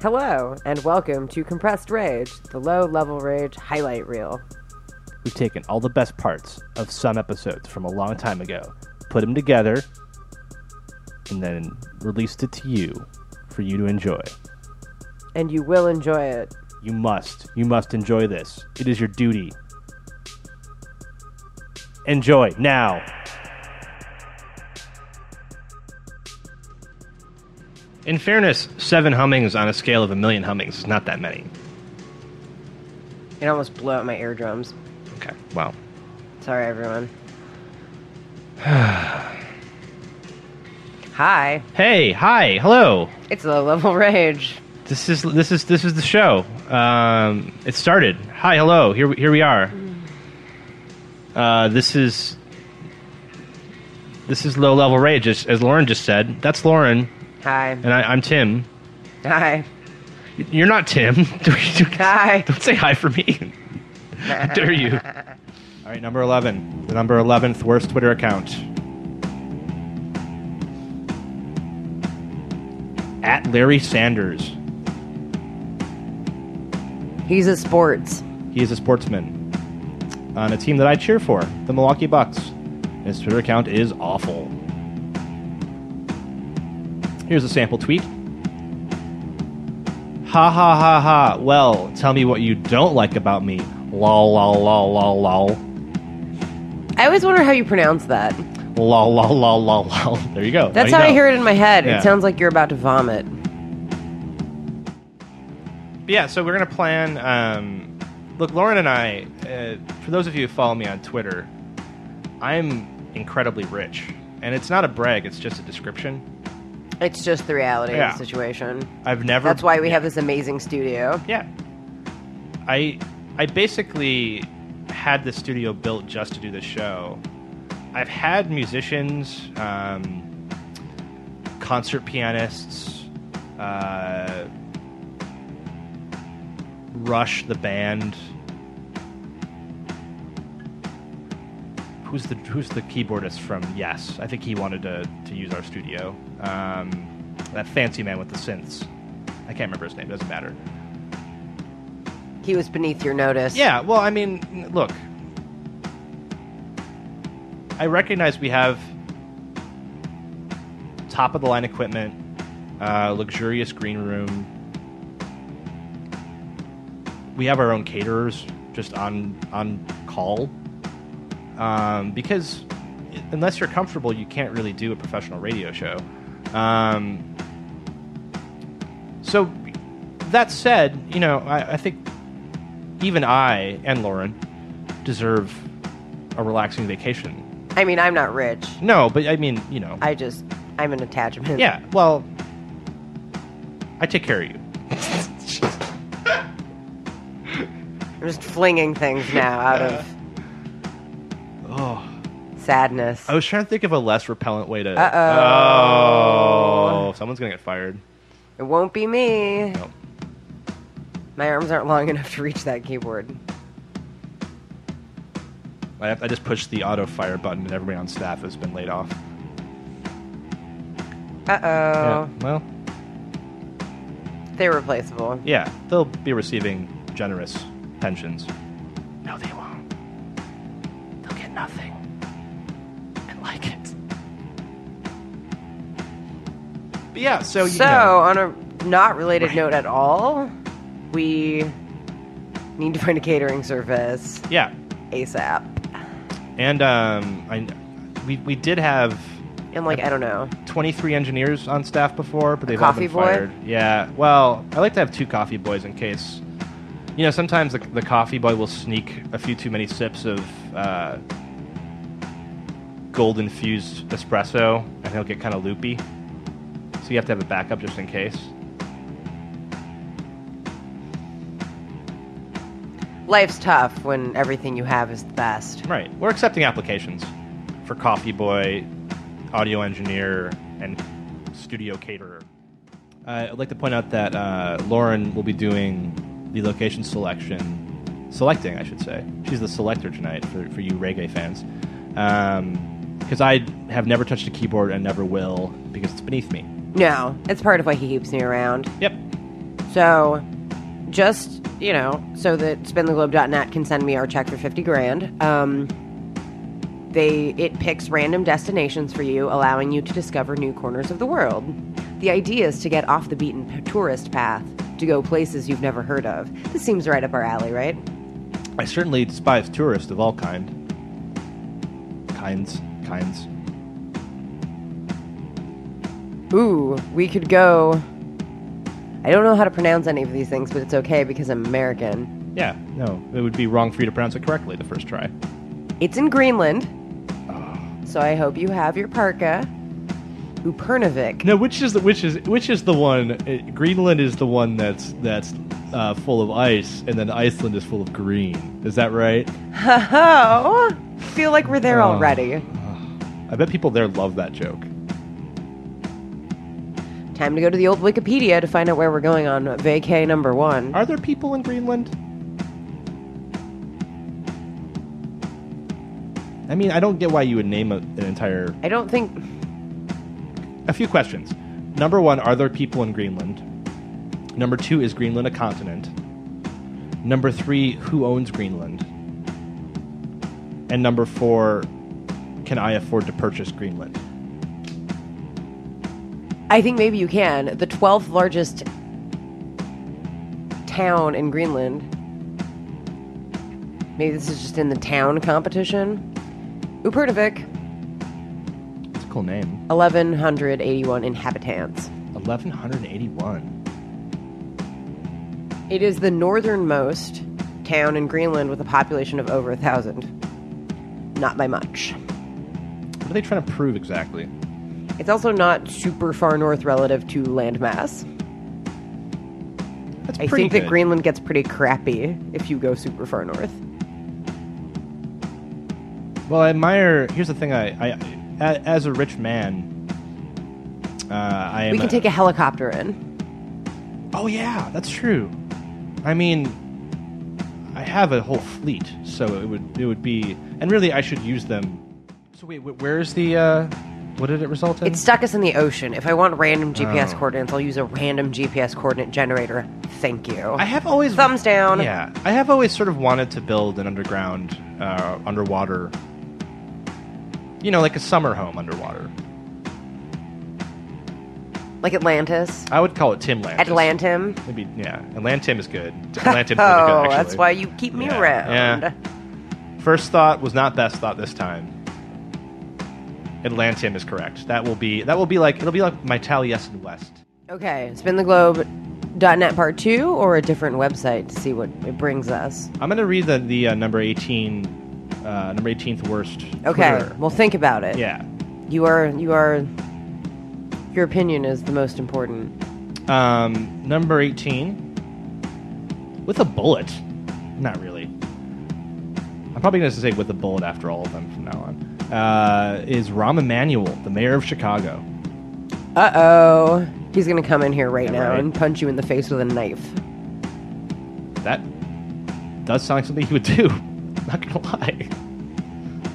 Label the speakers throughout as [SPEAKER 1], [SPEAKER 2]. [SPEAKER 1] Hello, and welcome to Compressed Rage, the low level rage highlight reel.
[SPEAKER 2] We've taken all the best parts of some episodes from a long time ago, put them together, and then released it to you for you to enjoy.
[SPEAKER 1] And you will enjoy it.
[SPEAKER 2] You must. You must enjoy this. It is your duty. Enjoy now. In fairness, seven hummings on a scale of a million hummings is not that many.
[SPEAKER 1] It almost blew out my eardrums.
[SPEAKER 2] Okay. Wow.
[SPEAKER 1] Sorry, everyone. Hi,
[SPEAKER 2] Hey. Hi. Hello.
[SPEAKER 1] it's low level rage.
[SPEAKER 2] This is this is this is the show. Um, it started. Hi, hello. Here we- here we are. Uh, this is this is low level rage, as, as Lauren just said. That's Lauren,
[SPEAKER 1] Hi,
[SPEAKER 2] and I, I'm Tim.
[SPEAKER 1] hi,
[SPEAKER 2] You're not Tim. Don't
[SPEAKER 1] hi.
[SPEAKER 2] say hi for me. How dare you? All right, number eleven. The number eleventh worst Twitter account. At Larry Sanders.
[SPEAKER 1] He's a sports.
[SPEAKER 2] He is a sportsman on a team that I cheer for, the Milwaukee Bucks. His Twitter account is awful. Here's a sample tweet. Ha ha ha ha. Well, tell me what you don't like about me. Lol lol lol lol lol.
[SPEAKER 1] I always wonder how you pronounce that.
[SPEAKER 2] Lol lol lol lol lol. There you go.
[SPEAKER 1] That's
[SPEAKER 2] Now
[SPEAKER 1] how
[SPEAKER 2] you
[SPEAKER 1] I
[SPEAKER 2] know.
[SPEAKER 1] hear it in my head.
[SPEAKER 2] Yeah.
[SPEAKER 1] It sounds like you're about to vomit.
[SPEAKER 2] yeah, so we're gonna plan. Um, look, Lauren and I. Uh, for those of you who follow me on Twitter, I'm incredibly rich, and it's not a brag; it's just a description.
[SPEAKER 1] It's just the reality
[SPEAKER 2] Yeah.
[SPEAKER 1] of the situation.
[SPEAKER 2] I've never.
[SPEAKER 1] That's why we
[SPEAKER 2] yeah.
[SPEAKER 1] have this amazing studio.
[SPEAKER 2] Yeah. I I basically had the studio built just to do the show. I've had musicians, um, concert pianists, uh, Rush the band. Who's the Who's the keyboardist from Yes? I think he wanted to, to use our studio. Um, that fancy man with the synths. I can't remember his name. Doesn't matter.
[SPEAKER 1] He was beneath your notice.
[SPEAKER 2] Yeah, well, I mean, n- look. I recognize we have top of the line equipment, uh, luxurious green room. We have our own caterers just on on call um, because unless you're comfortable, you can't really do a professional radio show. Um, so that said, you know, I, I think even I and Lauren deserve a relaxing vacation.
[SPEAKER 1] I mean, I'm not rich.
[SPEAKER 2] No, but I mean, you know,
[SPEAKER 1] I just, I'm an attachment.
[SPEAKER 2] yeah. Well, I take care of you.
[SPEAKER 1] I'm just flinging things now out of
[SPEAKER 2] Oh,
[SPEAKER 1] sadness.
[SPEAKER 2] I was trying to think of a less repellent way to.
[SPEAKER 1] Uh-oh.
[SPEAKER 2] Oh, someone's gonna get fired.
[SPEAKER 1] It won't be me.
[SPEAKER 2] No.
[SPEAKER 1] My arms aren't long enough to reach that keyboard.
[SPEAKER 2] I, I just pushed the auto fire button, and everybody on staff has been laid off.
[SPEAKER 1] Uh oh.
[SPEAKER 2] Yeah, well,
[SPEAKER 1] They're replaceable.
[SPEAKER 2] yeah, they'll be receiving generous pensions. No, they won't. They'll get nothing. And like it. But yeah, so oh, you
[SPEAKER 1] So,
[SPEAKER 2] know,
[SPEAKER 1] on a not related
[SPEAKER 2] Right.
[SPEAKER 1] note at all, we need to find a catering service
[SPEAKER 2] yeah,
[SPEAKER 1] ASAP.
[SPEAKER 2] and um, I, we we did have
[SPEAKER 1] And, like, I don't know.
[SPEAKER 2] 23 engineers on staff before, but they've
[SPEAKER 1] coffee
[SPEAKER 2] all been
[SPEAKER 1] boy?
[SPEAKER 2] fired. Yeah. Well, I like to have two coffee boys in case. You know, sometimes the, the coffee boy will sneak a few too many sips of uh, gold infused espresso, and he'll get kind of loopy. So you have to have a backup just in case.
[SPEAKER 1] Life's tough when everything you have is the best.
[SPEAKER 2] Right. We're accepting applications for coffee boy, audio engineer, and studio caterer. Uh, I'd like to point out that uh, Lauren will be doing the location selection, selecting, I should say. She's the selector tonight for, for you reggae fans. Because I have never touched a keyboard and never will because it's beneath me.
[SPEAKER 1] No, it's part of why he keeps me around.
[SPEAKER 2] Yep.
[SPEAKER 1] So, just you know, so that spintheglobe.net can send me our check for fifty grand. Um, they it picks random destinations for you, allowing you to discover new corners of the world. The idea is to get off the beaten p- tourist path to go places you've never heard of. This seems right up our alley, right?
[SPEAKER 2] I certainly despise tourists of all kind. Kinds, kinds.
[SPEAKER 1] Ooh, we could go. I don't know how to pronounce any of these things, but it's okay because I'm American.
[SPEAKER 2] Yeah, no, it would be wrong for you to pronounce it correctly the first try.
[SPEAKER 1] It's in Greenland. So I hope you have your parka. Upernavik.
[SPEAKER 2] No, which is the which is which is the one? uh, Greenland is the one that's that's uh, full of ice, and then Iceland is full of green. Is that right?
[SPEAKER 1] Oh, feel like we're there
[SPEAKER 2] Oh.
[SPEAKER 1] already.
[SPEAKER 2] I bet people there love that joke.
[SPEAKER 1] Time to go to the old Wikipedia to find out where we're going on vacay number one.
[SPEAKER 2] Are there people in Greenland? I mean, I don't get why you would name a, an entire.
[SPEAKER 1] I don't think.
[SPEAKER 2] A few questions. Number one, are there people in Greenland? Number two, is Greenland a continent? Number three, who owns Greenland? And number four, can I afford to purchase Greenland?
[SPEAKER 1] I think maybe you can. The 12th largest town in Greenland. Maybe this is just in the town competition. Upernavik,
[SPEAKER 2] It's a cool name.
[SPEAKER 1] 1,181 inhabitants.
[SPEAKER 2] 1181.
[SPEAKER 1] It is the northernmost town in Greenland with a population of over a thousand. Not by much.
[SPEAKER 2] What are they trying to prove exactly?
[SPEAKER 1] It's also not super far north relative to landmass.
[SPEAKER 2] That's
[SPEAKER 1] I
[SPEAKER 2] pretty
[SPEAKER 1] think that
[SPEAKER 2] good.
[SPEAKER 1] Greenland gets pretty crappy if you go super far north.
[SPEAKER 2] Well, I admire. Here's the thing. I, I a- as a rich man, uh, I am.
[SPEAKER 1] We can take a helicopter in.
[SPEAKER 2] Oh yeah, that's true. I mean, I have a whole fleet, so it would it would be, and really, I should use them. So wait, wh- where is the? Uh, what did it result in?
[SPEAKER 1] It stuck us in the ocean. If I want random GPS
[SPEAKER 2] Oh.
[SPEAKER 1] coordinates, I'll use a random GPS coordinate generator. Thank you.
[SPEAKER 2] I have always
[SPEAKER 1] Thumbs down.
[SPEAKER 2] Yeah, I have always sort of wanted to build an underground, uh, underwater. You know, like a summer home underwater.
[SPEAKER 1] Like Atlantis,
[SPEAKER 2] I would call it Timland.
[SPEAKER 1] Atlantim.
[SPEAKER 2] Maybe yeah. Atlantim is good. Atlantim's really good.
[SPEAKER 1] oh,
[SPEAKER 2] Actually.
[SPEAKER 1] that's why you keep me
[SPEAKER 2] Yeah,
[SPEAKER 1] around.
[SPEAKER 2] yeah. First thought was not best thought this time. Atlantim is correct. That will be that will be like it'll be like my Taliesin West.
[SPEAKER 1] Okay, spintheglobe.net part two or a different website to see what it brings us.
[SPEAKER 2] I'm gonna read the the uh, number eighteen, uh, number eighteenth worst.
[SPEAKER 1] Okay,
[SPEAKER 2] Twitter.
[SPEAKER 1] well think about it.
[SPEAKER 2] Yeah.
[SPEAKER 1] You are you are your opinion is the most important.
[SPEAKER 2] Um, number eighteen. With a bullet. Not really. I'm probably gonna say with a bullet after all of them from now on. Uh, is Rahm Emanuel, the mayor of Chicago?
[SPEAKER 1] Uh oh. He's gonna come in here right
[SPEAKER 2] Yeah,
[SPEAKER 1] now
[SPEAKER 2] right.
[SPEAKER 1] and punch you in the face with a knife.
[SPEAKER 2] That does sound like something he would do. Not gonna lie.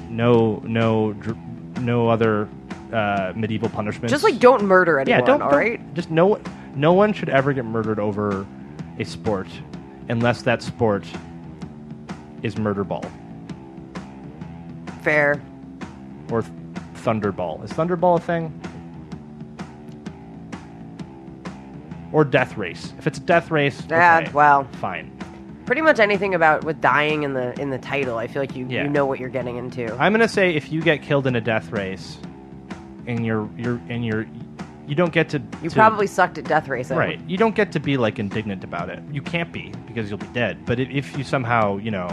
[SPEAKER 2] No, no, dr- no other uh, medieval punishment.
[SPEAKER 1] Just like don't murder anyone,
[SPEAKER 2] yeah,
[SPEAKER 1] All
[SPEAKER 2] don't,
[SPEAKER 1] right.
[SPEAKER 2] don't- Just no, no one should ever get murdered over a sport, unless that sport is murder ball
[SPEAKER 1] Fair.
[SPEAKER 2] or th- thunderball. Is thunderball a thing? Or death race. If it's death race,
[SPEAKER 1] Yeah,
[SPEAKER 2] okay,
[SPEAKER 1] well.
[SPEAKER 2] fine.
[SPEAKER 1] Pretty much anything about with dying in the in the title, I feel like you,
[SPEAKER 2] Yeah.
[SPEAKER 1] you know what you're getting into.
[SPEAKER 2] I'm gonna say if you get killed in a death race, and you're you're and you're you don't get to
[SPEAKER 1] you
[SPEAKER 2] to-
[SPEAKER 1] probably sucked at death racing.
[SPEAKER 2] right. You don't get to be like indignant about it. You can't be because you'll be dead. But i- if you somehow you know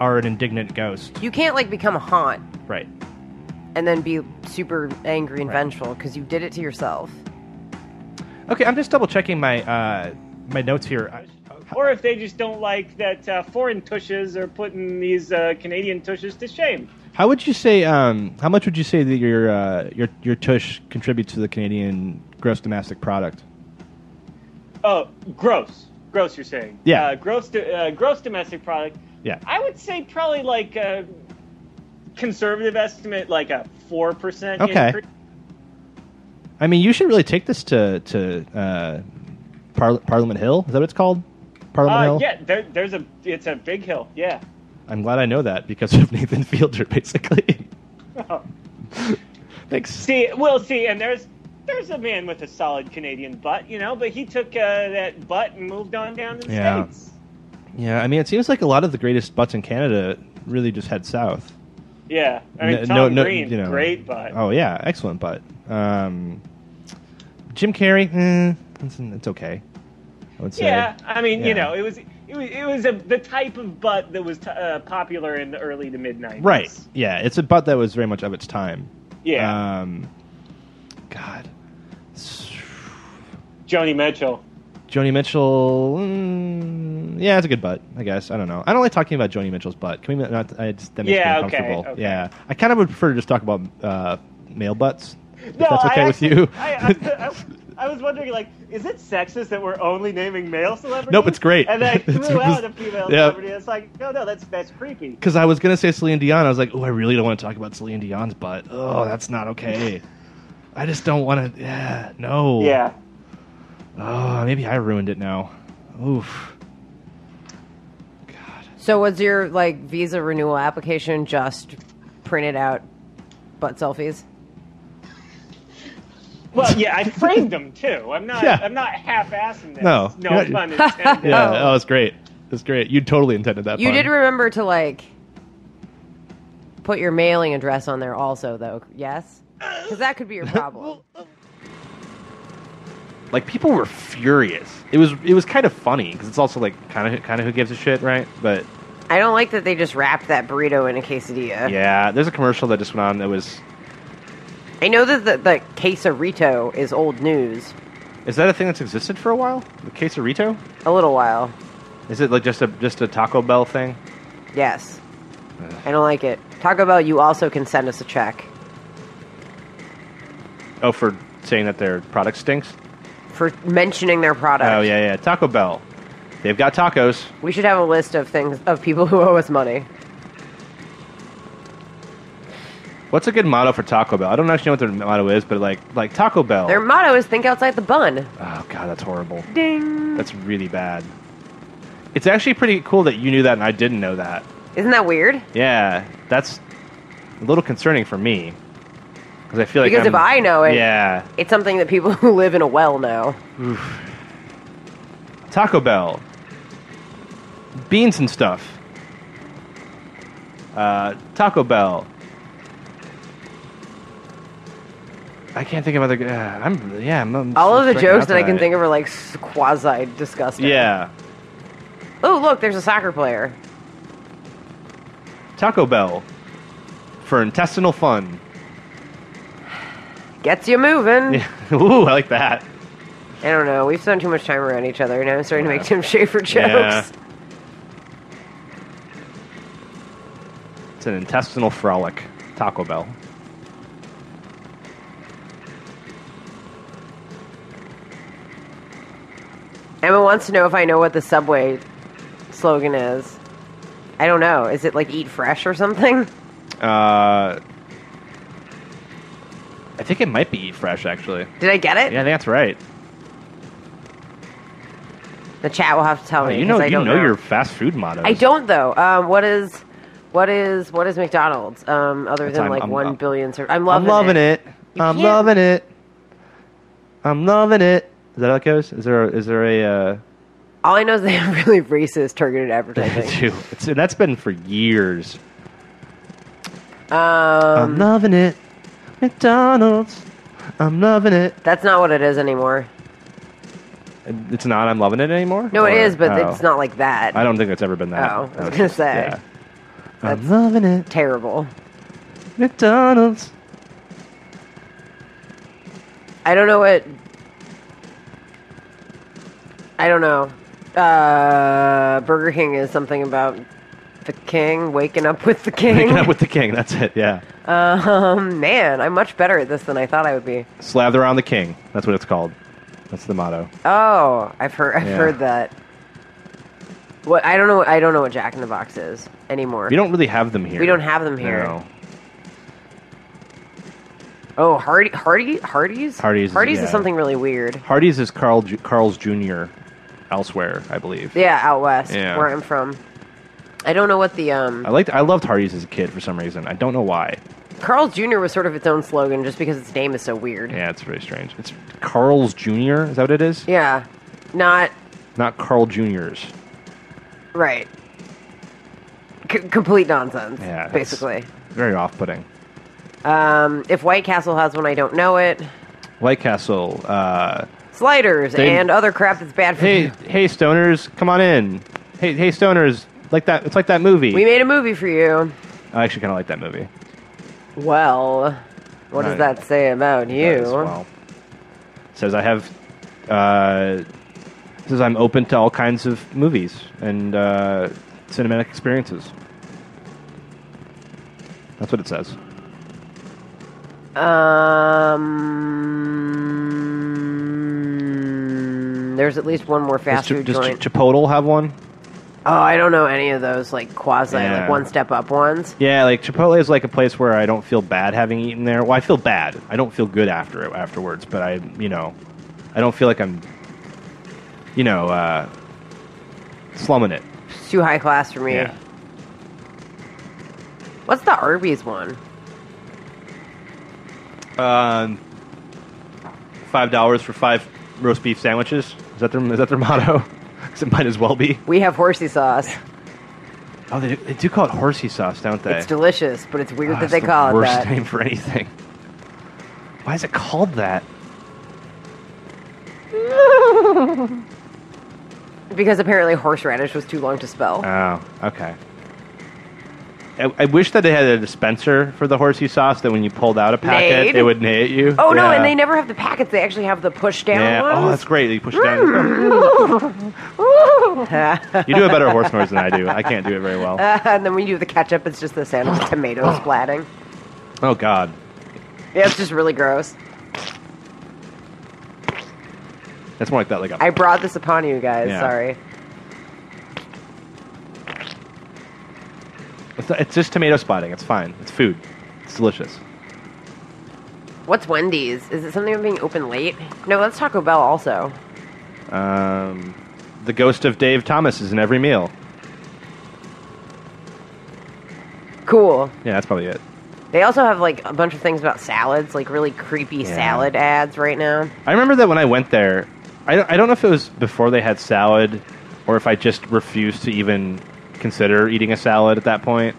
[SPEAKER 2] are an indignant ghost,
[SPEAKER 1] You can't like become a haunt
[SPEAKER 2] right?
[SPEAKER 1] and then be super angry and
[SPEAKER 2] Right.
[SPEAKER 1] vengeful because you did it to yourself.
[SPEAKER 2] Okay, I'm just double checking my uh, my notes here. I,
[SPEAKER 3] or if they just don't like that uh, foreign tushes are putting these uh, Canadian tushes to shame.
[SPEAKER 2] how would you say? Um, how much would you say that your uh, your your tush contributes to the Canadian gross domestic product?
[SPEAKER 3] Oh, gross, gross. You're saying,
[SPEAKER 2] Yeah.
[SPEAKER 3] uh, gross, do- uh, gross domestic product.
[SPEAKER 2] Yeah.
[SPEAKER 3] I would say probably like a conservative estimate, like a four percent.
[SPEAKER 2] Okay. I mean, you should really take this to to uh, Par- Parliament Hill. Is that what it's called? Parliament
[SPEAKER 3] Uh,
[SPEAKER 2] Hill.
[SPEAKER 3] yeah, there, there's a. It's a big hill. Yeah.
[SPEAKER 2] I'm glad I know that because of Nathan Fielder, basically. Thanks.
[SPEAKER 3] See, we'll see. And there's there's a man with a solid Canadian butt, you know, but he took uh, that butt and moved on down to the
[SPEAKER 2] Yeah.
[SPEAKER 3] states.
[SPEAKER 2] Yeah, I mean, it seems like a lot of the greatest butts in Canada really just head south.
[SPEAKER 3] Yeah. I mean,
[SPEAKER 2] N-
[SPEAKER 3] Tom Green, great butt.
[SPEAKER 2] Oh yeah, excellent butt. Um, Jim Carrey, eh, it's, it's okay. I would say.
[SPEAKER 3] yeah. I mean,
[SPEAKER 2] yeah.
[SPEAKER 3] you know, it was it was it was a, the type of butt that was t- uh, popular in the early to mid '90s.
[SPEAKER 2] Right. Yeah, it's a butt that was very much of its time.
[SPEAKER 3] Yeah.
[SPEAKER 2] Um, God,
[SPEAKER 3] Joni Mitchell.
[SPEAKER 2] Joni Mitchell. mm, yeah, it's a good butt. I guess. I don't know. I don't like talking about Joni Mitchell's butt. Can we not? I just, that makes
[SPEAKER 3] Yeah,
[SPEAKER 2] me
[SPEAKER 3] okay,
[SPEAKER 2] uncomfortable.
[SPEAKER 3] okay.
[SPEAKER 2] Yeah. I kind of would prefer to just talk about uh, male butts. If
[SPEAKER 3] No,
[SPEAKER 2] that's
[SPEAKER 3] I
[SPEAKER 2] okay
[SPEAKER 3] actually-
[SPEAKER 2] with you.
[SPEAKER 3] I, I, I, I was wondering, like, is it sexist that we're only naming male celebrities?
[SPEAKER 2] Nope, it's great.
[SPEAKER 3] And then I
[SPEAKER 2] It's-
[SPEAKER 3] threw out a female
[SPEAKER 2] yeah.
[SPEAKER 3] celebrity. It's like, no, no, that's that's creepy.
[SPEAKER 2] Because I was gonna say Celine Dion, I was like, oh, I really don't want to talk about Celine Dion's butt. Oh, that's not okay. I just don't want to. Yeah, no.
[SPEAKER 3] Yeah.
[SPEAKER 2] Oh, maybe I ruined it now. Oof. God.
[SPEAKER 1] So was your like visa renewal application just printed out butt selfies?
[SPEAKER 3] Well, yeah, I framed them too. I'm not.
[SPEAKER 2] Yeah.
[SPEAKER 3] I'm not half-assing this.
[SPEAKER 2] No.
[SPEAKER 3] no
[SPEAKER 2] You're not-
[SPEAKER 3] pun intended.
[SPEAKER 2] Yeah.
[SPEAKER 1] Oh.
[SPEAKER 2] Oh, it's great. It's great. You totally intended that.
[SPEAKER 1] You
[SPEAKER 2] pun.
[SPEAKER 1] did remember to like put your mailing address on there also though, yes? Because that could be your problem.
[SPEAKER 2] like people were furious. It was it was kind of funny because it's also like kind of kind of who gives a shit, right? But
[SPEAKER 1] I don't like that they just wrapped that burrito in a quesadilla.
[SPEAKER 2] yeah, there's a commercial that just went on that was.
[SPEAKER 1] I know that the, the quesarito is old news.
[SPEAKER 2] Is that a thing that's existed for a while? The quesarito?
[SPEAKER 1] A little while.
[SPEAKER 2] Is it like just a just a Taco Bell thing?
[SPEAKER 1] Yes. I don't like it. Taco Bell, you also can send us a check
[SPEAKER 2] Oh, for saying that their product stinks.
[SPEAKER 1] for mentioning their product.
[SPEAKER 2] Oh yeah, yeah. Taco Bell. They've got tacos.
[SPEAKER 1] We should have a list of things of people who owe us money.
[SPEAKER 2] What's a good motto for Taco Bell? I don't actually know what their motto is, but like like Taco Bell.
[SPEAKER 1] Their motto is think outside the bun.
[SPEAKER 2] oh god, that's horrible.
[SPEAKER 1] Ding.
[SPEAKER 2] That's really bad. It's actually pretty cool that you knew that and I didn't know that.
[SPEAKER 1] Isn't that weird?
[SPEAKER 2] Yeah, that's a little concerning for me because I feel like
[SPEAKER 1] Because
[SPEAKER 2] I'm-
[SPEAKER 1] if I know it-
[SPEAKER 2] yeah,
[SPEAKER 1] It's something that people who live in a well know.
[SPEAKER 2] Taco Bell, beans and stuff. Uh, Taco Bell. I can't think of other. Uh, I'm yeah. I'm, I'm
[SPEAKER 1] All of the
[SPEAKER 2] striking out
[SPEAKER 1] jokes that I can
[SPEAKER 2] tonight.
[SPEAKER 1] think of are like quasi disgusting.
[SPEAKER 2] Yeah,
[SPEAKER 1] Oh, look, there's a soccer player.
[SPEAKER 2] Taco Bell for intestinal fun.
[SPEAKER 1] Gets you moving.
[SPEAKER 2] Yeah. Ooh, I like that.
[SPEAKER 1] I don't know. We've spent too much time around each other. Now I'm starting to
[SPEAKER 2] Yeah.
[SPEAKER 1] make Tim Schaefer jokes.
[SPEAKER 2] Yeah. It's an intestinal frolic. Taco Bell.
[SPEAKER 1] Emma wants to know if I know what the subway slogan is. I don't know. Is it like eat fresh or something?
[SPEAKER 2] Uh, I think it might be Eat Fresh, actually.
[SPEAKER 1] Did I get it?
[SPEAKER 2] Yeah, I think that's right.
[SPEAKER 1] The chat will have to tell
[SPEAKER 2] Oh,
[SPEAKER 1] me.
[SPEAKER 2] you know,
[SPEAKER 1] 'cause I
[SPEAKER 2] you know,
[SPEAKER 1] don't know
[SPEAKER 2] your fast food motto.
[SPEAKER 1] I don't though. Um, what is, what is, what is McDonald's? Um, other
[SPEAKER 2] It's-
[SPEAKER 1] than
[SPEAKER 2] I'm-
[SPEAKER 1] like
[SPEAKER 2] I'm-
[SPEAKER 1] one
[SPEAKER 2] I'm-
[SPEAKER 1] billion. Ser- I'm
[SPEAKER 2] I'm
[SPEAKER 1] loving.
[SPEAKER 2] loving it.
[SPEAKER 1] You
[SPEAKER 2] I'm
[SPEAKER 1] can't-
[SPEAKER 2] loving it. I'm loving it. Is that how it goes? Is there a, is there a uh,
[SPEAKER 1] All I know is they have really racist targeted advertising.
[SPEAKER 2] two? It's, that's been for years. I'm
[SPEAKER 1] um,
[SPEAKER 2] loving it, McDonald's. I'm loving it.
[SPEAKER 1] that's not what it is anymore.
[SPEAKER 2] It's not. I'm loving it anymore.
[SPEAKER 1] No, it
[SPEAKER 2] Or-
[SPEAKER 1] is, but
[SPEAKER 2] oh.
[SPEAKER 1] it's not like that.
[SPEAKER 2] I don't think it's ever been that.
[SPEAKER 1] Oh, I was
[SPEAKER 2] That
[SPEAKER 1] gonna
[SPEAKER 2] just-
[SPEAKER 1] say.
[SPEAKER 2] yeah. I'm
[SPEAKER 1] That's-
[SPEAKER 2] loving it.
[SPEAKER 1] Terrible.
[SPEAKER 2] McDonald's.
[SPEAKER 1] I don't know what. I don't know. Uh, Burger King is something about the king waking up with the king.
[SPEAKER 2] Picking up with the king. That's it. Yeah.
[SPEAKER 1] um, man, I'm much better at this than I thought I would be.
[SPEAKER 2] Slather on the king. That's what it's called. That's the motto.
[SPEAKER 1] Oh, I've heard. I've
[SPEAKER 2] Yeah.
[SPEAKER 1] heard that. What I don't know. I don't know what Jack in the Box is anymore.
[SPEAKER 2] We don't really have them here.
[SPEAKER 1] We don't have them here.
[SPEAKER 2] No.
[SPEAKER 1] Oh, Hardy, Hardy, Hardy's.
[SPEAKER 2] Hardee's is-
[SPEAKER 1] Hardy's
[SPEAKER 2] yeah.
[SPEAKER 1] is something really weird.
[SPEAKER 2] Hardee's is Carl Ju- Carl's Jr. elsewhere, I believe.
[SPEAKER 1] Yeah, out west,
[SPEAKER 2] Yeah. Oh.
[SPEAKER 1] where I'm from. I don't know what the um.
[SPEAKER 2] I liked I loved Hardee's as a kid for some reason. I don't know why.
[SPEAKER 1] Carl's Jr. was sort of its own slogan, just because its name is so weird.
[SPEAKER 2] Yeah, it's very strange. It's Carl's Jr. Is that what it is?
[SPEAKER 1] Yeah, not
[SPEAKER 2] Not Carl Jr.'s.
[SPEAKER 1] right. C- complete nonsense.
[SPEAKER 2] Yeah, that's-
[SPEAKER 1] basically.
[SPEAKER 2] Very off-putting.
[SPEAKER 1] Um, if White Castle has one, I don't know it.
[SPEAKER 2] White Castle. Uh,
[SPEAKER 1] Sliders
[SPEAKER 2] They-
[SPEAKER 1] and other crap that's bad for
[SPEAKER 2] hey,
[SPEAKER 1] you.
[SPEAKER 2] hey, stoners, come on in. Hey, hey, stoners, like that. It's like that movie.
[SPEAKER 1] We made a movie for you.
[SPEAKER 2] I actually kind of like that movie.
[SPEAKER 1] Well, what does
[SPEAKER 2] Right.
[SPEAKER 1] that say about
[SPEAKER 2] that
[SPEAKER 1] you?
[SPEAKER 2] as well. Says I have. Uh, says I'm open to all kinds of movies and uh, cinematic experiences. That's what it says.
[SPEAKER 1] Um, there's at least one more
[SPEAKER 2] Does,
[SPEAKER 1] fast
[SPEAKER 2] Chi-
[SPEAKER 1] food
[SPEAKER 2] does Chi-
[SPEAKER 1] joint.
[SPEAKER 2] Chipotle have one?
[SPEAKER 1] oh, I don't know any of those like quasi
[SPEAKER 2] Yeah.
[SPEAKER 1] like one step up ones.
[SPEAKER 2] Yeah, like Chipotle is like a place where I don't feel bad having eaten there. Well, I feel bad. I don't feel good after it afterwards, but I, you know, I don't feel like I'm, you know, uh, slumming it.
[SPEAKER 1] It's too high class for me.
[SPEAKER 2] Yeah.
[SPEAKER 1] What's the Arby's one?
[SPEAKER 2] Um, five dollars for five roast beef sandwiches. Is that their is that their motto? 'Cause it might as well be.
[SPEAKER 1] We have horsey sauce.
[SPEAKER 2] Oh, they do, they do call it horsey sauce, don't they?
[SPEAKER 1] It's delicious, but it's weird
[SPEAKER 2] Ah,
[SPEAKER 1] that
[SPEAKER 2] it's
[SPEAKER 1] they
[SPEAKER 2] the
[SPEAKER 1] call it
[SPEAKER 2] worst
[SPEAKER 1] that.
[SPEAKER 2] name for anything. Why is it called that?
[SPEAKER 1] Because apparently horseradish was too long to spell.
[SPEAKER 2] Oh, okay. I, I wish that they had a dispenser for the horsey sauce that when you pulled out a packet,
[SPEAKER 1] Nade?
[SPEAKER 2] it would nay at you.
[SPEAKER 1] oh no, and
[SPEAKER 2] Yeah.
[SPEAKER 1] they never have the packets. They actually have the push down
[SPEAKER 2] Yeah. Oh, that's
[SPEAKER 1] ones.
[SPEAKER 2] great. You push it down. you do a better horse noise than I do. I can't do it very well.
[SPEAKER 1] and then when you do the ketchup, it's just the sound of tomato splatting.
[SPEAKER 2] Oh God.
[SPEAKER 1] Yeah, it's just really gross.
[SPEAKER 2] That's more like that. Like a
[SPEAKER 1] I brought this upon you guys.
[SPEAKER 2] Yeah.
[SPEAKER 1] Sorry.
[SPEAKER 2] It's, it's just tomato spotting. It's fine. It's food. It's delicious.
[SPEAKER 1] What's Wendy's? Is it something about being open late? No, that's Taco Bell also.
[SPEAKER 2] Um, the ghost of Dave Thomas is in every meal.
[SPEAKER 1] Cool.
[SPEAKER 2] Yeah, that's probably it.
[SPEAKER 1] They also have like a bunch of things about salads, like really creepy
[SPEAKER 2] Yeah.
[SPEAKER 1] salad ads right now.
[SPEAKER 2] I remember that when I went there, I don't, I don't know if it was before they had salad or if I just refused to even consider eating a salad at that point.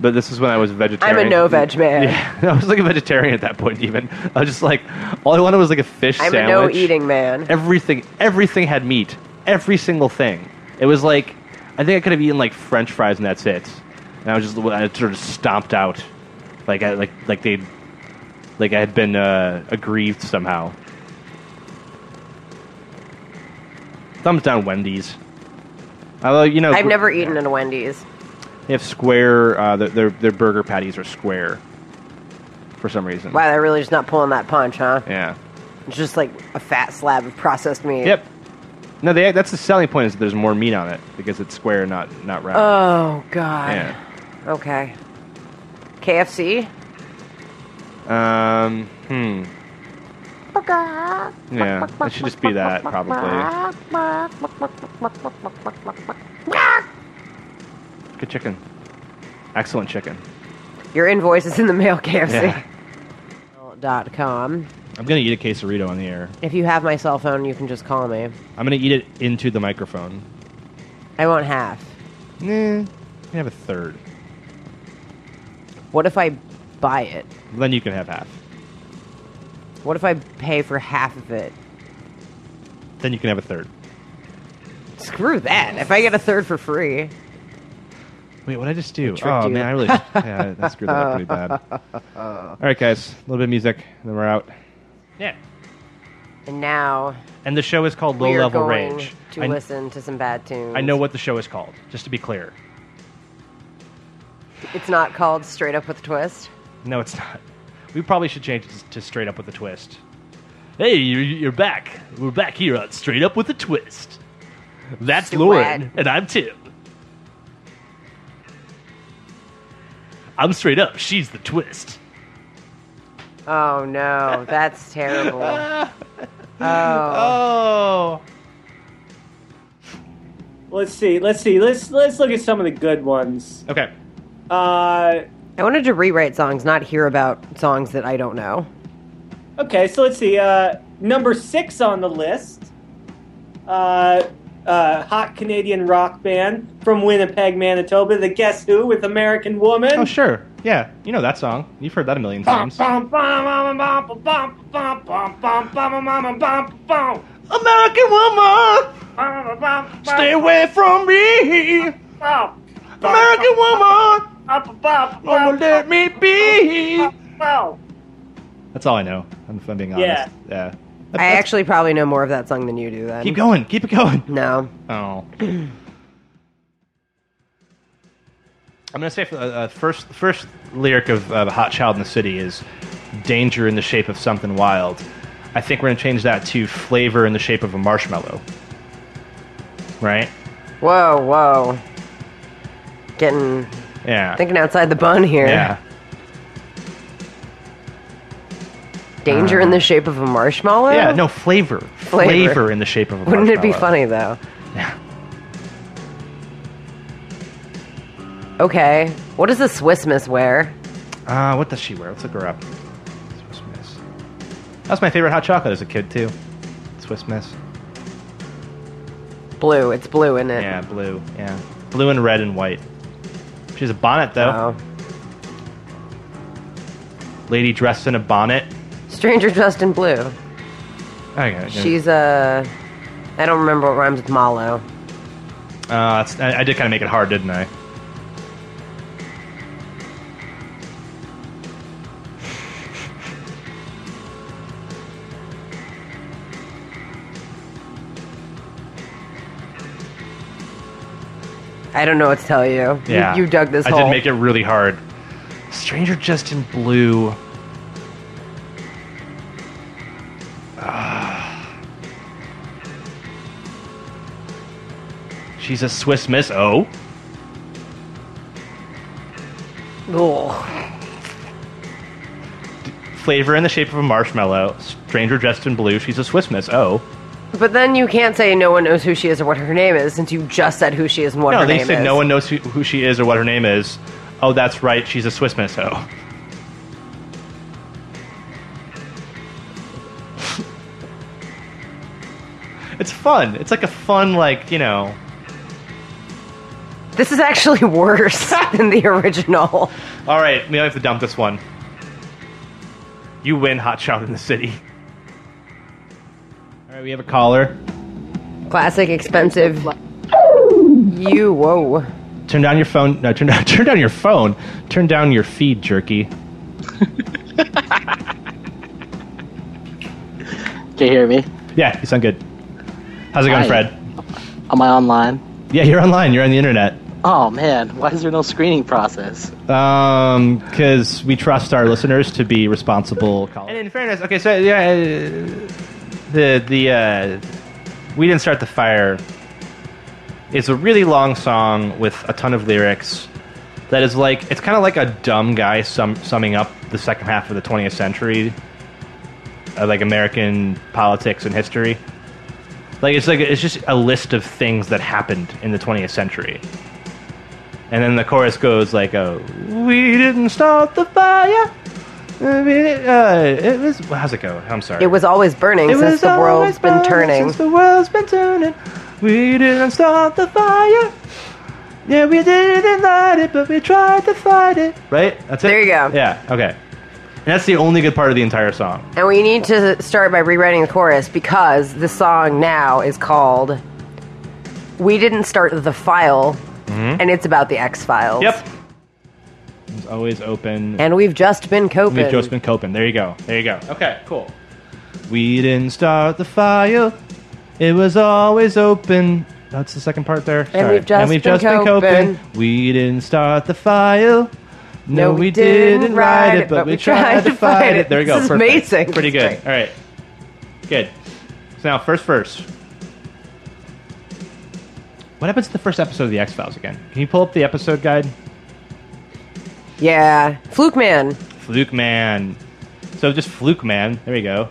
[SPEAKER 2] But this is when I was a
[SPEAKER 1] I'm
[SPEAKER 2] vegetarian.
[SPEAKER 1] a no veg man.
[SPEAKER 2] Yeah, I was like a vegetarian at that point. Even I was just like, all I wanted was like a fish
[SPEAKER 1] I'm a
[SPEAKER 2] sandwich.
[SPEAKER 1] no eating man.
[SPEAKER 2] everything everything had meat every single thing it was like i think i could have eaten like french fries and that's it and i was just i sort of stomped out like i like like they like i had been uh, aggrieved somehow thumbs down wendy's although you know
[SPEAKER 1] I've never eaten at a Wendy's.
[SPEAKER 2] they have square uh, their, their their burger patties are square for some reason
[SPEAKER 1] Wow, they're really just not pulling that punch, huh?
[SPEAKER 2] yeah
[SPEAKER 1] It's just like a fat slab of processed meat.
[SPEAKER 2] Yep. No, they, that's the selling point is that there's more meat on it because it's square, not not round.
[SPEAKER 1] Oh god.
[SPEAKER 2] yeah.
[SPEAKER 1] Okay. KFC.
[SPEAKER 2] Um. Hmm. Yeah. It should just be that probably. Good chicken. Excellent chicken.
[SPEAKER 1] Your invoice is in the mail, KFC.
[SPEAKER 2] Yeah.
[SPEAKER 1] Dot com.
[SPEAKER 2] I'm gonna eat a quesarito on the air.
[SPEAKER 1] If you have my cell phone, you can just call me.
[SPEAKER 2] I'm gonna eat it into the microphone.
[SPEAKER 1] I want half.
[SPEAKER 2] Nah. You can have a third.
[SPEAKER 1] What if I buy it?
[SPEAKER 2] Then you can have half.
[SPEAKER 1] What if I pay for half of it?
[SPEAKER 2] Then you can have a third.
[SPEAKER 1] Screw that. If I get a third for free,
[SPEAKER 2] Wait, what did I just do?
[SPEAKER 1] tricked
[SPEAKER 2] Oh
[SPEAKER 1] you.
[SPEAKER 2] man, I really yeah, I screwed that up pretty bad. All right, guys, a little bit of music, and then we're out. Yeah.
[SPEAKER 1] and now
[SPEAKER 2] And the show is called Low
[SPEAKER 1] we are
[SPEAKER 2] Level
[SPEAKER 1] going
[SPEAKER 2] Rage.
[SPEAKER 1] to
[SPEAKER 2] I-
[SPEAKER 1] listen to some bad tunes.
[SPEAKER 2] I know what the show is called, just to be clear.
[SPEAKER 1] it's not called Straight Up with a Twist.
[SPEAKER 2] No, it's not. We probably should change it to Straight Up with a Twist. Hey, you're, you're back. We're back here on Straight Up with a Twist. That's
[SPEAKER 1] Swag.
[SPEAKER 2] Lauren, and I'm Tim. I'm straight up. She's the twist.
[SPEAKER 1] Oh no, that's terrible.
[SPEAKER 2] Ah.
[SPEAKER 1] Oh,
[SPEAKER 2] oh.
[SPEAKER 3] Let's see. Let's see. Let's let's look at some of the good ones.
[SPEAKER 2] Okay.
[SPEAKER 3] Uh,
[SPEAKER 1] I wanted to rewrite songs, not hear about songs that I don't know.
[SPEAKER 3] okay, so let's see. Uh, number six on the list. Uh, uh, hot Canadian rock band from Winnipeg, Manitoba. The Guess Who with American Woman.
[SPEAKER 2] Oh sure. Yeah. You know that song. You've heard that a million times.
[SPEAKER 3] Stay
[SPEAKER 2] American woman, away from me. woman, me be. That's all I know. If I'm being honest.
[SPEAKER 3] Yeah.
[SPEAKER 2] Yeah.
[SPEAKER 1] I actually probably know more of that song than you do. Then
[SPEAKER 2] Keep going. Keep it going.
[SPEAKER 1] No,
[SPEAKER 2] Oh. I'm gonna say uh, uh, first first lyric of uh, "Hot Child in the City" is "Danger in the shape of something wild." I think we're gonna change that to "Flavor in the shape of a marshmallow." Right?
[SPEAKER 1] whoa, whoa, getting
[SPEAKER 2] Yeah.
[SPEAKER 1] thinking outside the bun here.
[SPEAKER 2] yeah.
[SPEAKER 1] Danger in the shape of a marshmallow.
[SPEAKER 2] Uh-huh. Yeah. No flavor.
[SPEAKER 1] Oh. Flavor.
[SPEAKER 2] in the shape of a marshmallow.
[SPEAKER 1] Wouldn't it be funny though?
[SPEAKER 2] Yeah.
[SPEAKER 1] Okay, what does the Swiss Miss wear?
[SPEAKER 2] Uh, what does she wear? Let's look her up. Swiss Miss. That was my favorite hot chocolate as a kid too. Swiss Miss.
[SPEAKER 1] Blue. It's blue, isn't it?
[SPEAKER 2] Yeah, blue. Yeah, blue and red and white. She has a bonnet though.
[SPEAKER 1] Oh.
[SPEAKER 2] Lady dressed in a bonnet.
[SPEAKER 1] Stranger dressed in blue.
[SPEAKER 2] Okay. okay.
[SPEAKER 1] She's a. I don't remember what rhymes with Malo.
[SPEAKER 2] Uh, that's, I, I did kind of make it hard, didn't I?
[SPEAKER 1] I don't know what to tell you. You-
[SPEAKER 2] Yeah.
[SPEAKER 1] You, dug this
[SPEAKER 2] I
[SPEAKER 1] hole.
[SPEAKER 2] did make it really hard. Stranger just in blue. Ah. She's a Swiss Miss. Oh.
[SPEAKER 1] Ugh.
[SPEAKER 2] Flavor in the shape of a marshmallow. Stranger dressed in blue. She's a Swiss Miss. Oh.
[SPEAKER 1] But then you can't say no one knows who she is or what her name is since you just said who she is and what
[SPEAKER 2] No,
[SPEAKER 1] her
[SPEAKER 2] they
[SPEAKER 1] name
[SPEAKER 2] said
[SPEAKER 1] is.
[SPEAKER 2] no one knows who, who she is or what her name is. Oh, that's right. She's a Swiss Miss. Oh. it's fun. It's like a fun, like, you know.
[SPEAKER 1] This is actually worse than the original.
[SPEAKER 2] All right, we have to dump this one. You win Hot Shot in the City. All right, we have a caller.
[SPEAKER 1] Classic, expensive. You, whoa.
[SPEAKER 2] Turn down your phone. No, turn down, turn down your phone. Turn down your feed, jerky.
[SPEAKER 4] Can you hear me?
[SPEAKER 2] Yeah, you sound good. How's it going,
[SPEAKER 4] Hi.
[SPEAKER 2] Fred?
[SPEAKER 4] Am I online?
[SPEAKER 2] Yeah, you're online. You're on the internet.
[SPEAKER 4] Oh man, why is there no screening process?
[SPEAKER 2] Um, because we trust our listeners to be responsible. And in fairness, okay, so yeah, uh, the the uh, we didn't start the fire. It's a really long song with a ton of lyrics that is like it's kind of like a dumb guy sum, summing up the second half of the 20th century, uh, like American politics and history. Like it's like it's just a list of things that happened in the 20th century. And then the chorus goes like, "Oh, we didn't start the fire." I mean, it, uh, it was. How's it go? I'm sorry.
[SPEAKER 1] It was always burning
[SPEAKER 2] It
[SPEAKER 1] since
[SPEAKER 2] was
[SPEAKER 1] the world's
[SPEAKER 2] always
[SPEAKER 1] been
[SPEAKER 2] burning
[SPEAKER 1] turning.
[SPEAKER 2] Since the world's been turning, we didn't start the fire. Yeah, we didn't light it, but we tried to fight it. Right? That's it.
[SPEAKER 1] There you go.
[SPEAKER 2] Yeah. Okay. And that's the only good part of the entire song.
[SPEAKER 1] And we need to start by rewriting the chorus because the song now is called We Didn't Start the File, and it's about the X Files.
[SPEAKER 2] Mm-hmm. Yep. It's always open.
[SPEAKER 1] And we've just been coping.
[SPEAKER 2] We've just been coping. There you go. There you go. Okay, cool. We didn't start the fire. It was always open. That's the second part there. Sorry.
[SPEAKER 1] we've just been coping.
[SPEAKER 2] We didn't start the fire. No,
[SPEAKER 1] No,
[SPEAKER 2] we,
[SPEAKER 1] we
[SPEAKER 2] didn't,
[SPEAKER 1] didn't
[SPEAKER 2] ride it, but we tried to fight it. There we go.
[SPEAKER 1] This is
[SPEAKER 2] Perfect.
[SPEAKER 1] amazing.
[SPEAKER 2] Pretty
[SPEAKER 1] This
[SPEAKER 2] good.
[SPEAKER 1] is
[SPEAKER 2] All right. Good. So now, first verse. What happens to the first episode of the X Files again? Can you pull up the episode guide?
[SPEAKER 1] Yeah. Fluke Man.
[SPEAKER 2] Fluke Man. So just fluke, man. There we go.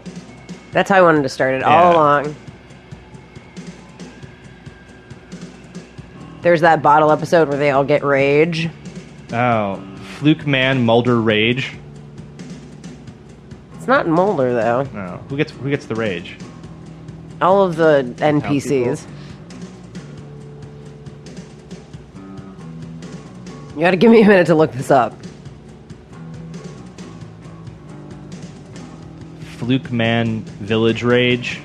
[SPEAKER 1] That's how I wanted to start it all
[SPEAKER 2] Yeah.
[SPEAKER 1] along. There's that bottle episode where they all get rage.
[SPEAKER 2] Oh, fluke, man. Mulder rage.
[SPEAKER 1] It's not Mulder though.
[SPEAKER 2] Oh, who gets who gets the rage?
[SPEAKER 1] All of the NPCs. You gotta give me a minute to look this up.
[SPEAKER 2] Fluke, man. Village rage.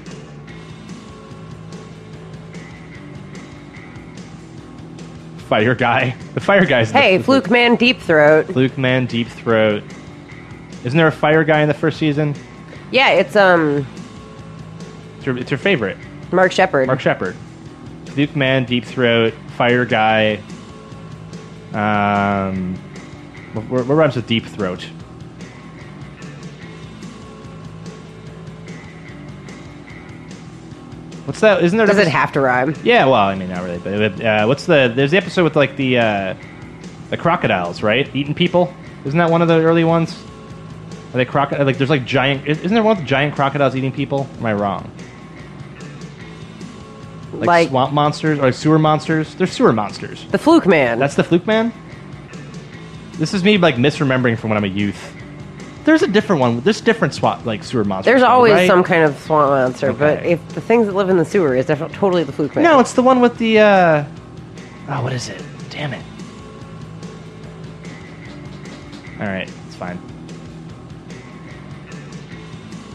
[SPEAKER 2] Fire guy. The fire guy's. the-
[SPEAKER 1] Hey,
[SPEAKER 2] the-
[SPEAKER 1] Fluke Man Deep Throat.
[SPEAKER 2] Fluke, man. Deep throat. Isn't there a fire guy in the first season?
[SPEAKER 1] Yeah, it's um
[SPEAKER 2] It's your, it's your favorite.
[SPEAKER 1] Mark Shepard.
[SPEAKER 2] Mark Shepard, Duke Man, Deep Throat, Fire Guy. Um, what, what rhymes with Deep Throat? What's that? Isn't there?
[SPEAKER 1] Does it
[SPEAKER 2] episode-
[SPEAKER 1] have to rhyme?
[SPEAKER 2] Yeah. Well, I mean, not really. But uh, what's the? There's the episode with like the uh, the crocodiles, right? Eating people. Isn't that one of the early ones? Are they croco- Like, there's like giant. Isn't there one with giant crocodiles eating people? Am I wrong? like,
[SPEAKER 1] Like,
[SPEAKER 2] swamp monsters or like sewer monsters. They're sewer monsters.
[SPEAKER 1] the Fluke Man.
[SPEAKER 2] That's the fluke man. This is me like misremembering from when I'm a youth. There's a different one. There's different swat like sewer monsters.
[SPEAKER 1] There's
[SPEAKER 2] though,
[SPEAKER 1] always
[SPEAKER 2] right?
[SPEAKER 1] some kind of swamp monster, but
[SPEAKER 2] Okay.
[SPEAKER 1] if the things that live in the sewer is definitely totally the Fluke Man.
[SPEAKER 2] No, it's the one with the. uh... Oh, what is it? Damn it! All right, it's fine.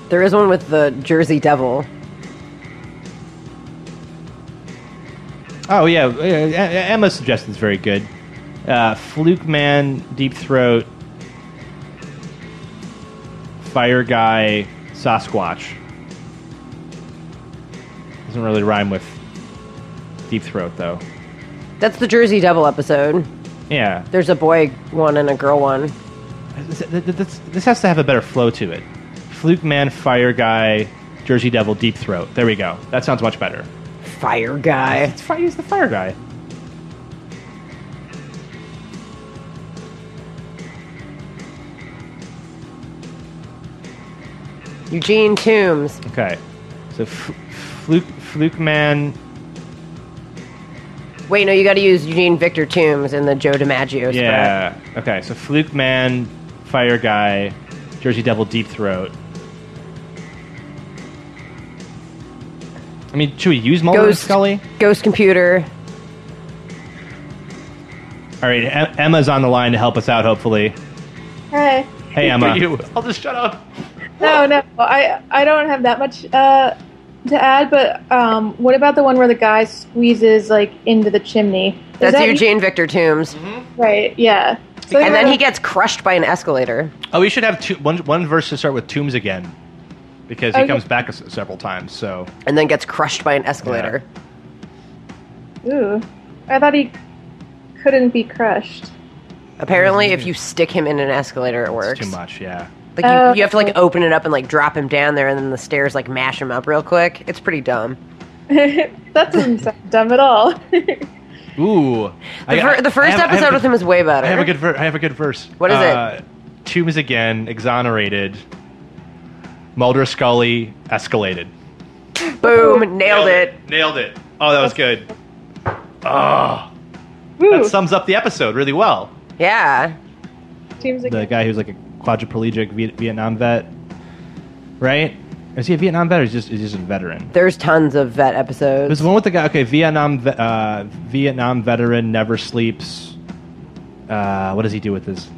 [SPEAKER 1] there is one with the Jersey Devil.
[SPEAKER 2] Oh yeah, uh, Emma's suggestion's very good. Uh, Fluke man, deep throat, fire guy, Sasquatch. Doesn't really rhyme with deep throat though.
[SPEAKER 1] That's the Jersey Devil episode.
[SPEAKER 2] Yeah,
[SPEAKER 1] There's a boy one and a girl one.
[SPEAKER 2] this, this- this has to have a better flow to it. Fluke man, fire guy, Jersey Devil, deep throat. There we go. That sounds much better.
[SPEAKER 1] Fire guy.
[SPEAKER 2] It's fire. He's the fire guy.
[SPEAKER 1] Eugene Toombs.
[SPEAKER 2] Okay, so f- fluke fluke man.
[SPEAKER 1] Wait, no, you gotta use Eugene Victor Toombs in the Joe DiMaggio spread.
[SPEAKER 2] Yeah. Okay. So Fluke Man, Fire Guy, Jersey Devil, Deep Throat. I mean, should we use Mulder and
[SPEAKER 1] Ghost.
[SPEAKER 2] Scully?
[SPEAKER 1] Ghost Computer.
[SPEAKER 2] All right, em- Emma's on the line to help us out. Hopefully,
[SPEAKER 5] Hi.
[SPEAKER 2] hey Emma.
[SPEAKER 6] you. I'll just shut up.
[SPEAKER 5] No, no, I I don't have that much uh, to add. But um, what about the one where the guy squeezes like into the chimney? Is
[SPEAKER 1] That's
[SPEAKER 5] that Mm-hmm.
[SPEAKER 1] Eugene Victor Toombs.
[SPEAKER 5] Right. Yeah. So
[SPEAKER 1] And then
[SPEAKER 5] yeah.
[SPEAKER 1] he gets crushed by an escalator.
[SPEAKER 2] Oh, we should have two, one one verse to start with Tombs again, because he
[SPEAKER 5] Okay.
[SPEAKER 2] comes back s- several times. So
[SPEAKER 1] And then gets crushed by an escalator.
[SPEAKER 5] Ooh, I thought he couldn't be crushed.
[SPEAKER 1] Apparently, if you stick him in an escalator, it works.
[SPEAKER 2] Mm-hmm. it's too much. Yeah.
[SPEAKER 1] Like you,
[SPEAKER 5] Oh,
[SPEAKER 1] you have to like
[SPEAKER 5] okay.
[SPEAKER 1] open it up and like drop him down there, and then the stairs like mash him up real quick. It's pretty dumb.
[SPEAKER 5] that doesn't sound dumb at all.
[SPEAKER 2] Ooh.
[SPEAKER 1] The, fir- the first episode with him is way better.
[SPEAKER 2] I have a good. Ver- I have a good verse.
[SPEAKER 1] What is it?
[SPEAKER 2] it? Tombs again, exonerated. Mulder Scully escalated.
[SPEAKER 1] Boom! Nailed it.
[SPEAKER 2] Nailed it. Oh, that was good. Oh,
[SPEAKER 5] Woo.
[SPEAKER 2] that sums up the episode really well.
[SPEAKER 1] Yeah.
[SPEAKER 5] Seems like
[SPEAKER 2] The guy who's like a quadriplegic Viet- Vietnam vet, right? Is he a Vietnam vet or is he just is he just a veteran?
[SPEAKER 1] There's tons of vet episodes.
[SPEAKER 2] There's one with the guy. Okay, Vietnam ve- uh, Vietnam veteran never sleeps. Uh, what does he do with this?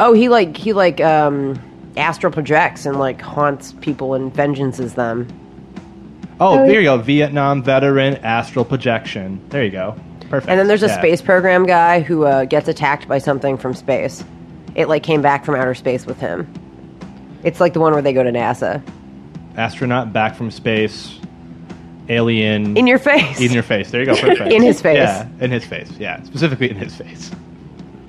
[SPEAKER 1] Oh, he like he like um astral projects and like haunts people and vengeances them.
[SPEAKER 2] Oh,
[SPEAKER 5] Oh,
[SPEAKER 2] there you go. Vietnam veteran astral projection. There you go. Perfect.
[SPEAKER 1] And then there's a
[SPEAKER 2] Yeah.
[SPEAKER 1] space program guy who uh, gets attacked by something from space. It like came back from outer space with him. It's like the one where they go to NASA.
[SPEAKER 2] astronaut back from space, alien
[SPEAKER 1] In your face.
[SPEAKER 2] in your face. There you go. Perfect.
[SPEAKER 1] In his face.
[SPEAKER 2] Yeah, in his face. Yeah, specifically in his face.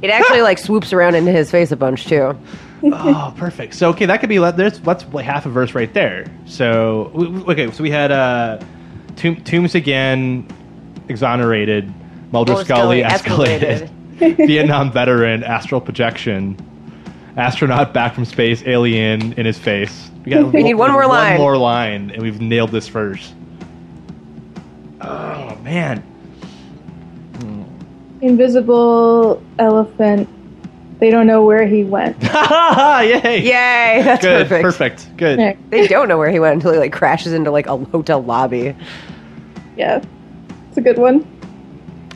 [SPEAKER 1] it actually like swoops around into his face a bunch too.
[SPEAKER 2] oh, perfect. So okay, that could be let- there's that's like half a verse right there. So w- w- okay, so we had uh, Tom- Tombs again, exonerated. Mulder
[SPEAKER 1] Mulder
[SPEAKER 2] Scully
[SPEAKER 1] Scully
[SPEAKER 2] escalated. Vietnam veteran astral projection, astronaut back from space, alien in his face. We, got
[SPEAKER 1] We need one more line.
[SPEAKER 2] One more line, and we've nailed this first. Oh man,
[SPEAKER 5] Invisible elephant. They don't know where he went.
[SPEAKER 2] yay!
[SPEAKER 1] Yay, that's
[SPEAKER 2] Good,
[SPEAKER 1] perfect.
[SPEAKER 2] perfect, good.
[SPEAKER 5] Nick,
[SPEAKER 1] They don't know where he went until he like crashes into like a hotel lobby.
[SPEAKER 5] yeah, it's a good one.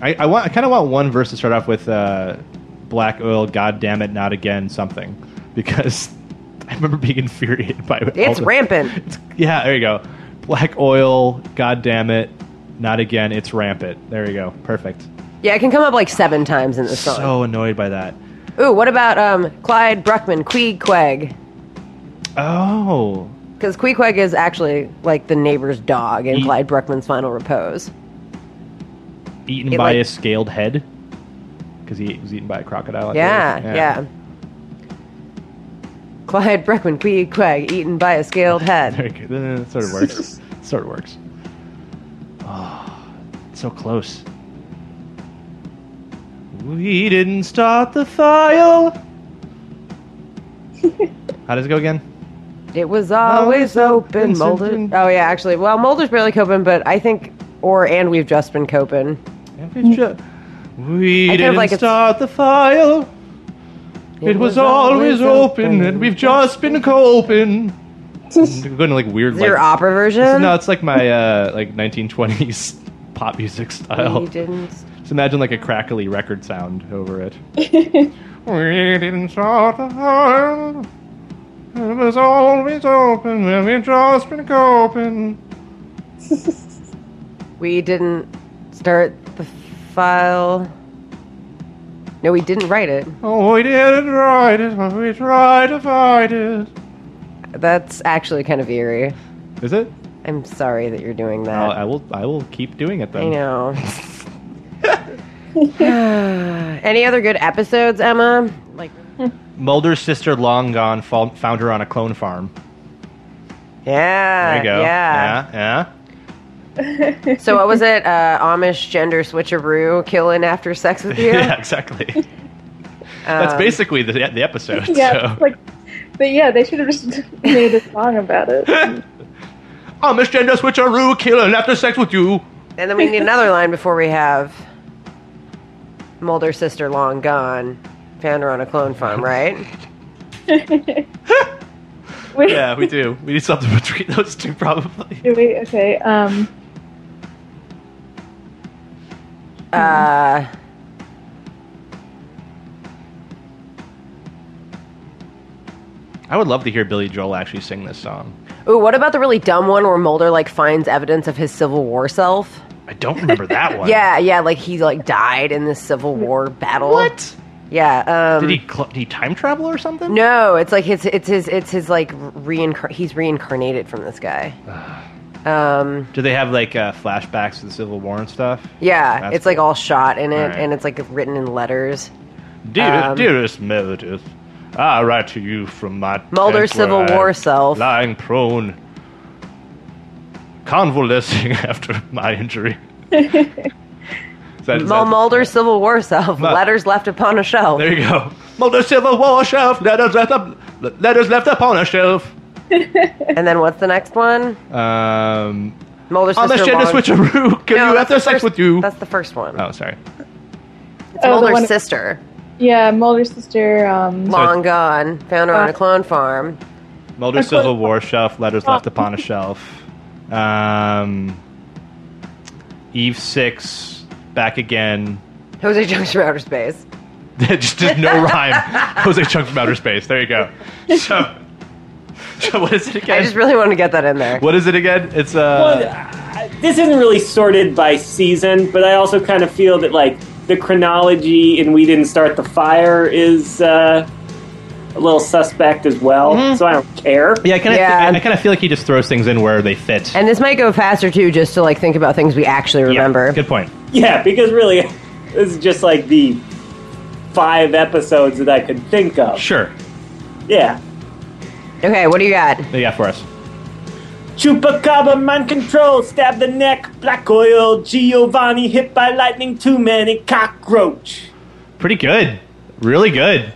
[SPEAKER 2] I, I want. I kind of want one verse to start off with uh, "Black Oil, God damn it, not again" something, because I remember being infuriated by it. all
[SPEAKER 1] It's
[SPEAKER 2] the-
[SPEAKER 1] rampant.
[SPEAKER 2] It's- yeah, there you go. Black oil, god damn it, not again. It's rampant. There you go. Perfect.
[SPEAKER 1] Yeah, it can come up like seven times in this song.
[SPEAKER 2] So annoyed by that.
[SPEAKER 1] Ooh, what about um Clyde Bruckman, Queeg Quag?
[SPEAKER 2] Oh,
[SPEAKER 1] Because Queequeg is actually like the neighbor's dog in
[SPEAKER 2] He-
[SPEAKER 1] Clyde Bruckman's final repose.
[SPEAKER 2] eaten
[SPEAKER 1] It,
[SPEAKER 2] by
[SPEAKER 1] like-
[SPEAKER 2] a scaled head because he was eaten by a crocodile. I
[SPEAKER 1] Yeah,
[SPEAKER 2] believe.
[SPEAKER 1] yeah. Clyde Bruckman, Queequeg, eaten by a scaled head.
[SPEAKER 2] There you go. That sort of works. sort of works. Ah, so close. We didn't start the file. How does it go again?
[SPEAKER 1] It was always
[SPEAKER 2] Always
[SPEAKER 1] open,
[SPEAKER 2] open,
[SPEAKER 1] Mulder.
[SPEAKER 2] something-
[SPEAKER 1] Oh, yeah, actually. Well, Mulder's barely coping, but I think, or, and we've just been coping.
[SPEAKER 2] Every ju-
[SPEAKER 1] I
[SPEAKER 2] We
[SPEAKER 1] kind of
[SPEAKER 2] didn't
[SPEAKER 1] like it's-
[SPEAKER 2] start the file. It, was, always open, and we've just been coping. I'm going to like weird
[SPEAKER 1] Is your
[SPEAKER 2] like
[SPEAKER 1] opera version?
[SPEAKER 2] it's- no, it's like my uh, like 1920s pop music style.
[SPEAKER 1] We didn't.
[SPEAKER 2] Just imagine like a crackly record sound over it. we didn't start the file. It was always open, and we've just been coping.
[SPEAKER 1] We didn't start the file. No, we didn't write it.
[SPEAKER 2] Oh, we didn't write it, but we tried to fight it.
[SPEAKER 1] That's actually kind of eerie.
[SPEAKER 2] Is it?
[SPEAKER 1] I'm sorry that you're doing
[SPEAKER 2] I'll,
[SPEAKER 1] that.
[SPEAKER 2] I will. I will keep doing it then.
[SPEAKER 1] I know. Any other good episodes, Emma? Like,
[SPEAKER 2] Mulder's sister, long gone, fo- found her on a clone farm.
[SPEAKER 1] yeah,
[SPEAKER 2] There you go.
[SPEAKER 1] Uh, yeah.
[SPEAKER 2] yeah.
[SPEAKER 1] So what was it? Uh, Amish gender switcheroo, killing after sex with
[SPEAKER 2] Yeah,
[SPEAKER 1] you.
[SPEAKER 2] Yeah, exactly. That's
[SPEAKER 1] Um,
[SPEAKER 2] basically the, the episode. so.
[SPEAKER 5] Yeah, like, but yeah, they should have just made a song about it.
[SPEAKER 2] Oh, Miss Gender Switcheroo killing after sex with you.
[SPEAKER 1] And then we need another line before we have Mulder's sister long gone, found her on a clone farm, right?
[SPEAKER 5] Wait,
[SPEAKER 2] Yeah, we do. We need something between those two, probably.
[SPEAKER 5] wait, okay. Um,
[SPEAKER 1] Uh,
[SPEAKER 2] I would love to hear Billy Joel actually sing this song.
[SPEAKER 1] ooh, what about the really dumb one where Mulder like finds evidence of his Civil War self?
[SPEAKER 2] I don't remember that one.
[SPEAKER 1] Yeah, yeah, like he like died in this Civil War battle.
[SPEAKER 2] What?
[SPEAKER 1] Yeah. Um,
[SPEAKER 2] Did he cl- did he time travel or something?
[SPEAKER 1] No, it's like his it's his it's his like reincar- he's reincarnated from this guy. Um.
[SPEAKER 2] Do they have like uh, flashbacks to the Civil War and stuff?
[SPEAKER 1] Yeah,
[SPEAKER 2] That's
[SPEAKER 1] it's like
[SPEAKER 2] cool.
[SPEAKER 1] all shot in it,
[SPEAKER 2] Alright.
[SPEAKER 1] and it's like written in letters.
[SPEAKER 2] Dear,
[SPEAKER 1] Um,
[SPEAKER 2] dearest Meredith, I write to you from my
[SPEAKER 1] Mulder's
[SPEAKER 2] tent where
[SPEAKER 1] Civil War
[SPEAKER 2] I'm
[SPEAKER 1] self.
[SPEAKER 2] lying prone, convalescing after my injury. Is that- is
[SPEAKER 1] Mul-
[SPEAKER 2] that-
[SPEAKER 1] Mulder's Civil War self.
[SPEAKER 2] Ma-
[SPEAKER 1] letters left upon a shelf.
[SPEAKER 2] There you go. Mulder's Civil War shelf. Letters left up. Letters left upon a shelf.
[SPEAKER 1] And then what's the next one?
[SPEAKER 2] Um,
[SPEAKER 1] Mulder's
[SPEAKER 2] I'm a
[SPEAKER 1] sister.
[SPEAKER 2] gender
[SPEAKER 1] long-
[SPEAKER 2] switcheroo. Can
[SPEAKER 1] No,
[SPEAKER 2] you
[SPEAKER 1] that's
[SPEAKER 2] after
[SPEAKER 1] the
[SPEAKER 2] sex
[SPEAKER 1] first-
[SPEAKER 2] with you?
[SPEAKER 1] That's the first one.
[SPEAKER 2] Oh, sorry.
[SPEAKER 1] It's
[SPEAKER 5] Oh, the
[SPEAKER 1] Mulder's
[SPEAKER 5] one-
[SPEAKER 1] sister.
[SPEAKER 5] yeah, Mulder's sister. Um,
[SPEAKER 1] Long gone. Found her on a
[SPEAKER 5] Uh,
[SPEAKER 1] clone farm.
[SPEAKER 2] Mulder's
[SPEAKER 5] I put-
[SPEAKER 2] Civil War shelf, letters left upon a shelf. Um, Eve 6, back again.
[SPEAKER 1] Jose Jones from outer space.
[SPEAKER 2] just, just no rhyme. Jose Chunk from Outer Space. There you go. So, so what is it
[SPEAKER 1] I
[SPEAKER 2] again?
[SPEAKER 1] just really wanted to get that in there.
[SPEAKER 2] what is it again? It's
[SPEAKER 3] Well,
[SPEAKER 2] uh,
[SPEAKER 3] I- this isn't really sorted by season, but I also kind of feel that like the chronology in We Didn't Start the Fire is uh, a little suspect as well. So I don't care.
[SPEAKER 2] Mm-hmm. yeah. I kind of
[SPEAKER 1] Yeah.
[SPEAKER 2] I kind of feel like he just throws things in where they fit.
[SPEAKER 1] And this might go faster too, just to like think about things we actually
[SPEAKER 2] Yeah,
[SPEAKER 1] remember.
[SPEAKER 2] good point.
[SPEAKER 3] Yeah, because really, this is just like the five episodes that I could think of.
[SPEAKER 2] Sure.
[SPEAKER 3] Yeah.
[SPEAKER 1] Okay, what do you got?
[SPEAKER 2] What do you got for us?
[SPEAKER 3] Chupacabra, mind control, stab the neck, black oil, Giovanni, hit by lightning, too many, cockroach.
[SPEAKER 2] Pretty good. Really good.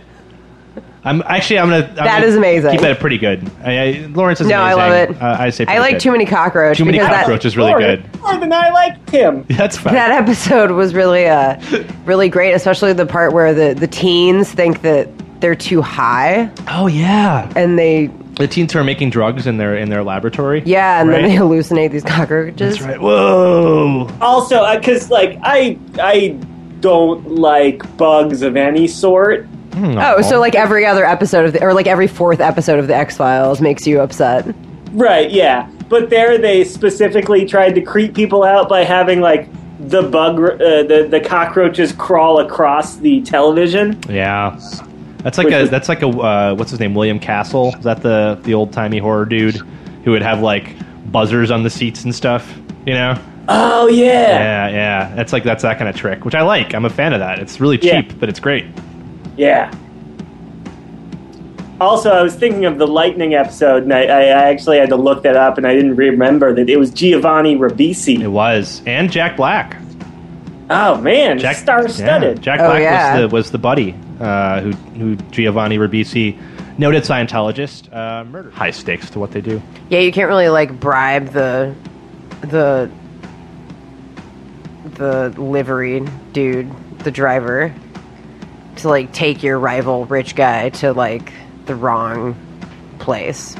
[SPEAKER 2] I'm actually I'm gonna. I'm
[SPEAKER 1] That
[SPEAKER 2] gonna
[SPEAKER 1] is amazing.
[SPEAKER 2] Keep that pretty good. I, I, Lawrence is
[SPEAKER 1] No, I love
[SPEAKER 2] amazing.
[SPEAKER 1] it.
[SPEAKER 2] Uh, I say
[SPEAKER 1] I
[SPEAKER 2] pretty
[SPEAKER 1] like
[SPEAKER 2] good.
[SPEAKER 1] too many cockroach.
[SPEAKER 2] Too many
[SPEAKER 1] because that-
[SPEAKER 2] cockroaches. really
[SPEAKER 3] More-
[SPEAKER 2] good.
[SPEAKER 3] More than I like Tim.
[SPEAKER 2] That's fine.
[SPEAKER 1] That episode was really uh really great, especially the part where the the teens think that they're too high
[SPEAKER 2] oh yeah,
[SPEAKER 1] and they
[SPEAKER 2] the teens who are making drugs in their in their laboratory.
[SPEAKER 1] yeah, and
[SPEAKER 2] Right.
[SPEAKER 1] then they hallucinate these cockroaches.
[SPEAKER 2] That's right. Whoa.
[SPEAKER 3] Also, because like I I don't like bugs of any sort.
[SPEAKER 1] Oh, so like every other episode of the or like every fourth episode of the X Files makes you upset.
[SPEAKER 3] Right, yeah. But there they specifically tried to creep people out by having like the bug uh, the the cockroaches crawl across the television.
[SPEAKER 2] Yeah. That's like
[SPEAKER 3] Which
[SPEAKER 2] a
[SPEAKER 3] is-
[SPEAKER 2] that's like a uh, what's his name William Castle is that the the old timey horror dude who would have like buzzers on the seats and stuff you know
[SPEAKER 3] Oh yeah.
[SPEAKER 2] yeah yeah that's like that's that kind of trick which I like I'm a fan of that it's really
[SPEAKER 3] Yeah.
[SPEAKER 2] cheap but it's great
[SPEAKER 3] Yeah. Also, I was thinking of the lightning episode, and I, I I actually had to look that up, and I didn't remember that it was Giovanni
[SPEAKER 2] it
[SPEAKER 3] Ribisi.
[SPEAKER 2] was and Jack Black
[SPEAKER 3] Oh man,
[SPEAKER 2] Jack
[SPEAKER 3] star-studded.
[SPEAKER 2] yeah, Jack
[SPEAKER 1] Oh,
[SPEAKER 2] Black
[SPEAKER 1] yeah.
[SPEAKER 2] was the was the buddy uh, who who Giovanni Ribisi noted Scientologist uh, murdered high stakes to what they do
[SPEAKER 1] Yeah, you can't really like bribe the the the livery dude, the driver, to like take your rival rich guy to like the wrong place.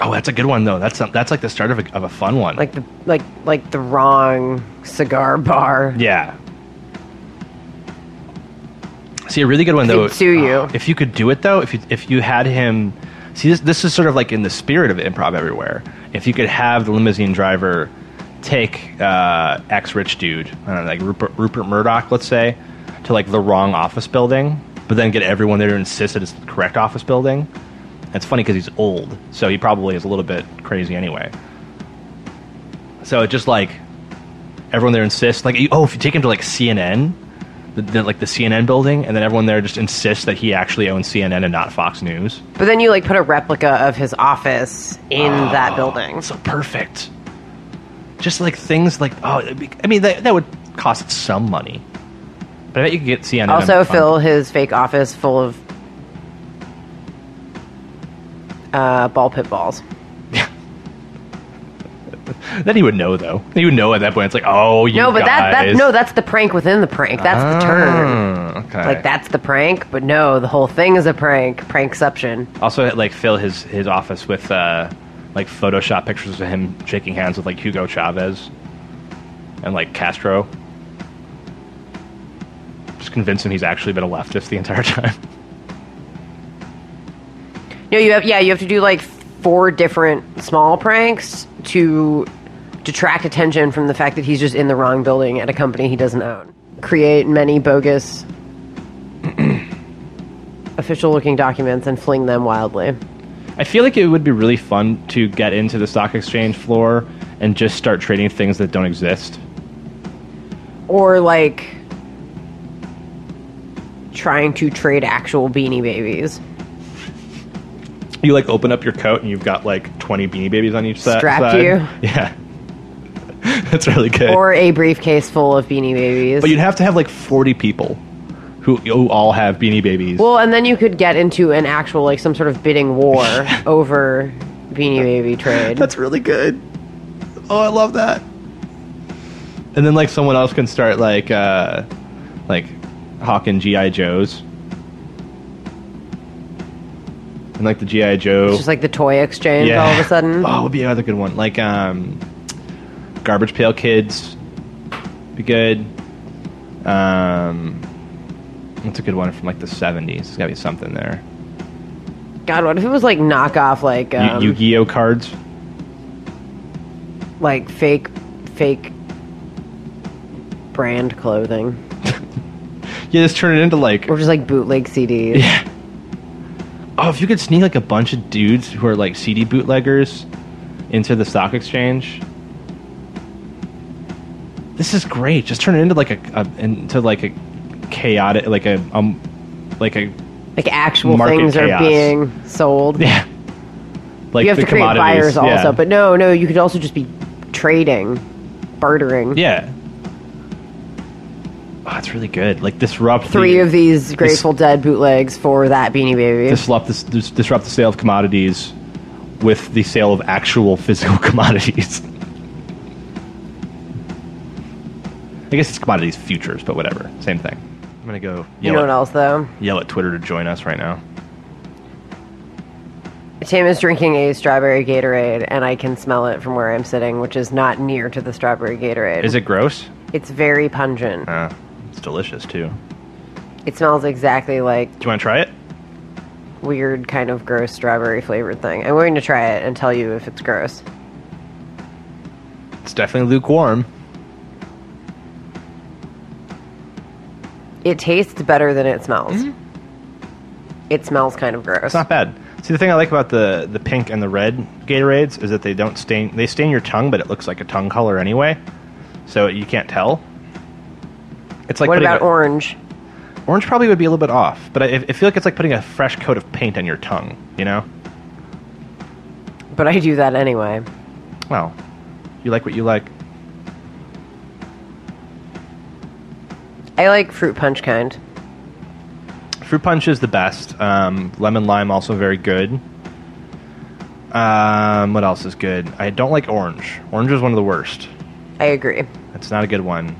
[SPEAKER 2] oh that's a good one though that's that's like the start of a, of a fun one
[SPEAKER 1] Like the like like the wrong cigar bar.
[SPEAKER 2] Yeah. See, a really good one
[SPEAKER 1] If
[SPEAKER 2] though.
[SPEAKER 1] he'd sue you.
[SPEAKER 2] Oh, if you could do it though, if you if you had him, see this this is sort of like in the spirit of improv everywhere. If you could have the limousine driver take uh, ex rich dude, I don't know, like Rupert, Rupert Murdoch, let's say, to like the wrong office building, but then get everyone there to insist that it's the correct office building. That's funny because he's old, so he probably is a little bit crazy anyway. So it just like everyone there insists like you- oh if you take him to like CNN the, the, like the CNN building and then everyone there just insists that he actually owns CNN and not Fox News
[SPEAKER 1] But then you like put a replica of his office in that building.
[SPEAKER 2] Ah, so perfect just like things like oh it'd be- I mean that, that would cost some money but I bet you could get CNN on
[SPEAKER 1] also
[SPEAKER 2] fun-
[SPEAKER 1] fill his fake office full of uh, ball pit balls.
[SPEAKER 2] then he would know though he would know at that point it's like oh you
[SPEAKER 1] No, but that, that
[SPEAKER 2] guys.
[SPEAKER 1] no, that's the prank within the prank. That's the turn.
[SPEAKER 2] Ah, okay
[SPEAKER 1] Like that's the prank, but no, the whole thing is a prank. Prankception.
[SPEAKER 2] also like fill his his office with uh like photoshop pictures of him shaking hands with like hugo chavez and like castro just convince him he's actually been a leftist the entire time
[SPEAKER 1] No, you have yeah, you have to do like four different small pranks to detract attention from the fact that he's just in the wrong building at a company he doesn't own. Create many bogus official looking documents and fling them wildly.
[SPEAKER 2] i feel like it would be really fun to get into the stock exchange floor and just start trading things that don't exist
[SPEAKER 1] Or like trying to trade actual beanie babies.
[SPEAKER 2] you like open up your coat and you've got like 20 beanie babies on each si- side
[SPEAKER 1] Strapped to you.
[SPEAKER 2] yeah that's really good
[SPEAKER 1] or a briefcase full of beanie babies.
[SPEAKER 2] But you'd have to have like 40 people who, who all have Beanie Babies.
[SPEAKER 1] well, and then you could get into an actual like some sort of bidding war over beanie baby trade.
[SPEAKER 2] That's really good. Oh, I love that. And then like someone else can start like uh like hawking GI Joes. And like the GI Joe.
[SPEAKER 1] it's just like the toy exchange
[SPEAKER 2] Yeah.
[SPEAKER 1] all of a sudden.
[SPEAKER 2] Oh, would be another good one. Like um Garbage Pail Kids. Be good. Um What's a good one from like the 70s? There's got to be something there.
[SPEAKER 1] God, what if it was like knockoff like
[SPEAKER 2] Yu-
[SPEAKER 1] um,
[SPEAKER 2] Yu-Gi-Oh cards.
[SPEAKER 1] like fake fake brand clothing
[SPEAKER 2] Yeah, just turn it into like.
[SPEAKER 1] or just like bootleg CDs?
[SPEAKER 2] Yeah. Oh, if you could sneak like a bunch of dudes who are like CD bootleggers into the stock exchange. This is great. Just turn it into like a, a into like a chaotic like a um like a
[SPEAKER 1] Like actual
[SPEAKER 2] Market
[SPEAKER 1] things
[SPEAKER 2] chaos.
[SPEAKER 1] are being sold.
[SPEAKER 2] yeah. Like
[SPEAKER 1] you have
[SPEAKER 2] the
[SPEAKER 1] to create
[SPEAKER 2] commodities.
[SPEAKER 1] buyers also,
[SPEAKER 2] yeah.
[SPEAKER 1] but no, no, you could also just be trading, bartering.
[SPEAKER 2] yeah. Oh, it's really good. Like disrupt
[SPEAKER 1] Three
[SPEAKER 2] the,
[SPEAKER 1] of these Grateful Dead bootlegs for that Beanie Baby.
[SPEAKER 2] disrupt the, dis- disrupt the sale of commodities with the sale of actual physical commodities. I guess it's commodities futures, but whatever, same thing. I'm gonna go
[SPEAKER 1] you
[SPEAKER 2] yell,
[SPEAKER 1] know
[SPEAKER 2] at,
[SPEAKER 1] what else though?
[SPEAKER 2] yell at Twitter to join us right now.
[SPEAKER 1] Tim is drinking a strawberry Gatorade, and I can smell it from where I'm sitting, which is not near to the strawberry Gatorade.
[SPEAKER 2] Is it gross?
[SPEAKER 1] It's very pungent.
[SPEAKER 2] Uh, it's delicious too. Do
[SPEAKER 1] It smells exactly like
[SPEAKER 2] you want to try it?
[SPEAKER 1] weird, kind of gross strawberry flavored thing. I'm going to try it and tell you if it's gross.
[SPEAKER 2] It's definitely lukewarm.
[SPEAKER 1] It tastes better than it smells. It smells kind of gross.
[SPEAKER 2] Mm-hmm. It's not bad. See, the thing I like about the the pink and the red Gatorades is that they don't stain. They stain your tongue, but it looks like a tongue color anyway, so you can't tell. It's like
[SPEAKER 1] what
[SPEAKER 2] putting
[SPEAKER 1] about
[SPEAKER 2] a-
[SPEAKER 1] orange?
[SPEAKER 2] orange? Probably would be a little bit off, but I, I feel like it's like putting a fresh coat of paint on your tongue. You know?
[SPEAKER 1] But I do that anyway.
[SPEAKER 2] Well, you like what you like.
[SPEAKER 1] I like fruit punch kind.
[SPEAKER 2] Fruit punch is the best. Um, lemon lime also very good. Um, what else is good? I don't like orange. Orange is one of the worst.
[SPEAKER 1] I agree.
[SPEAKER 2] That's not a good one.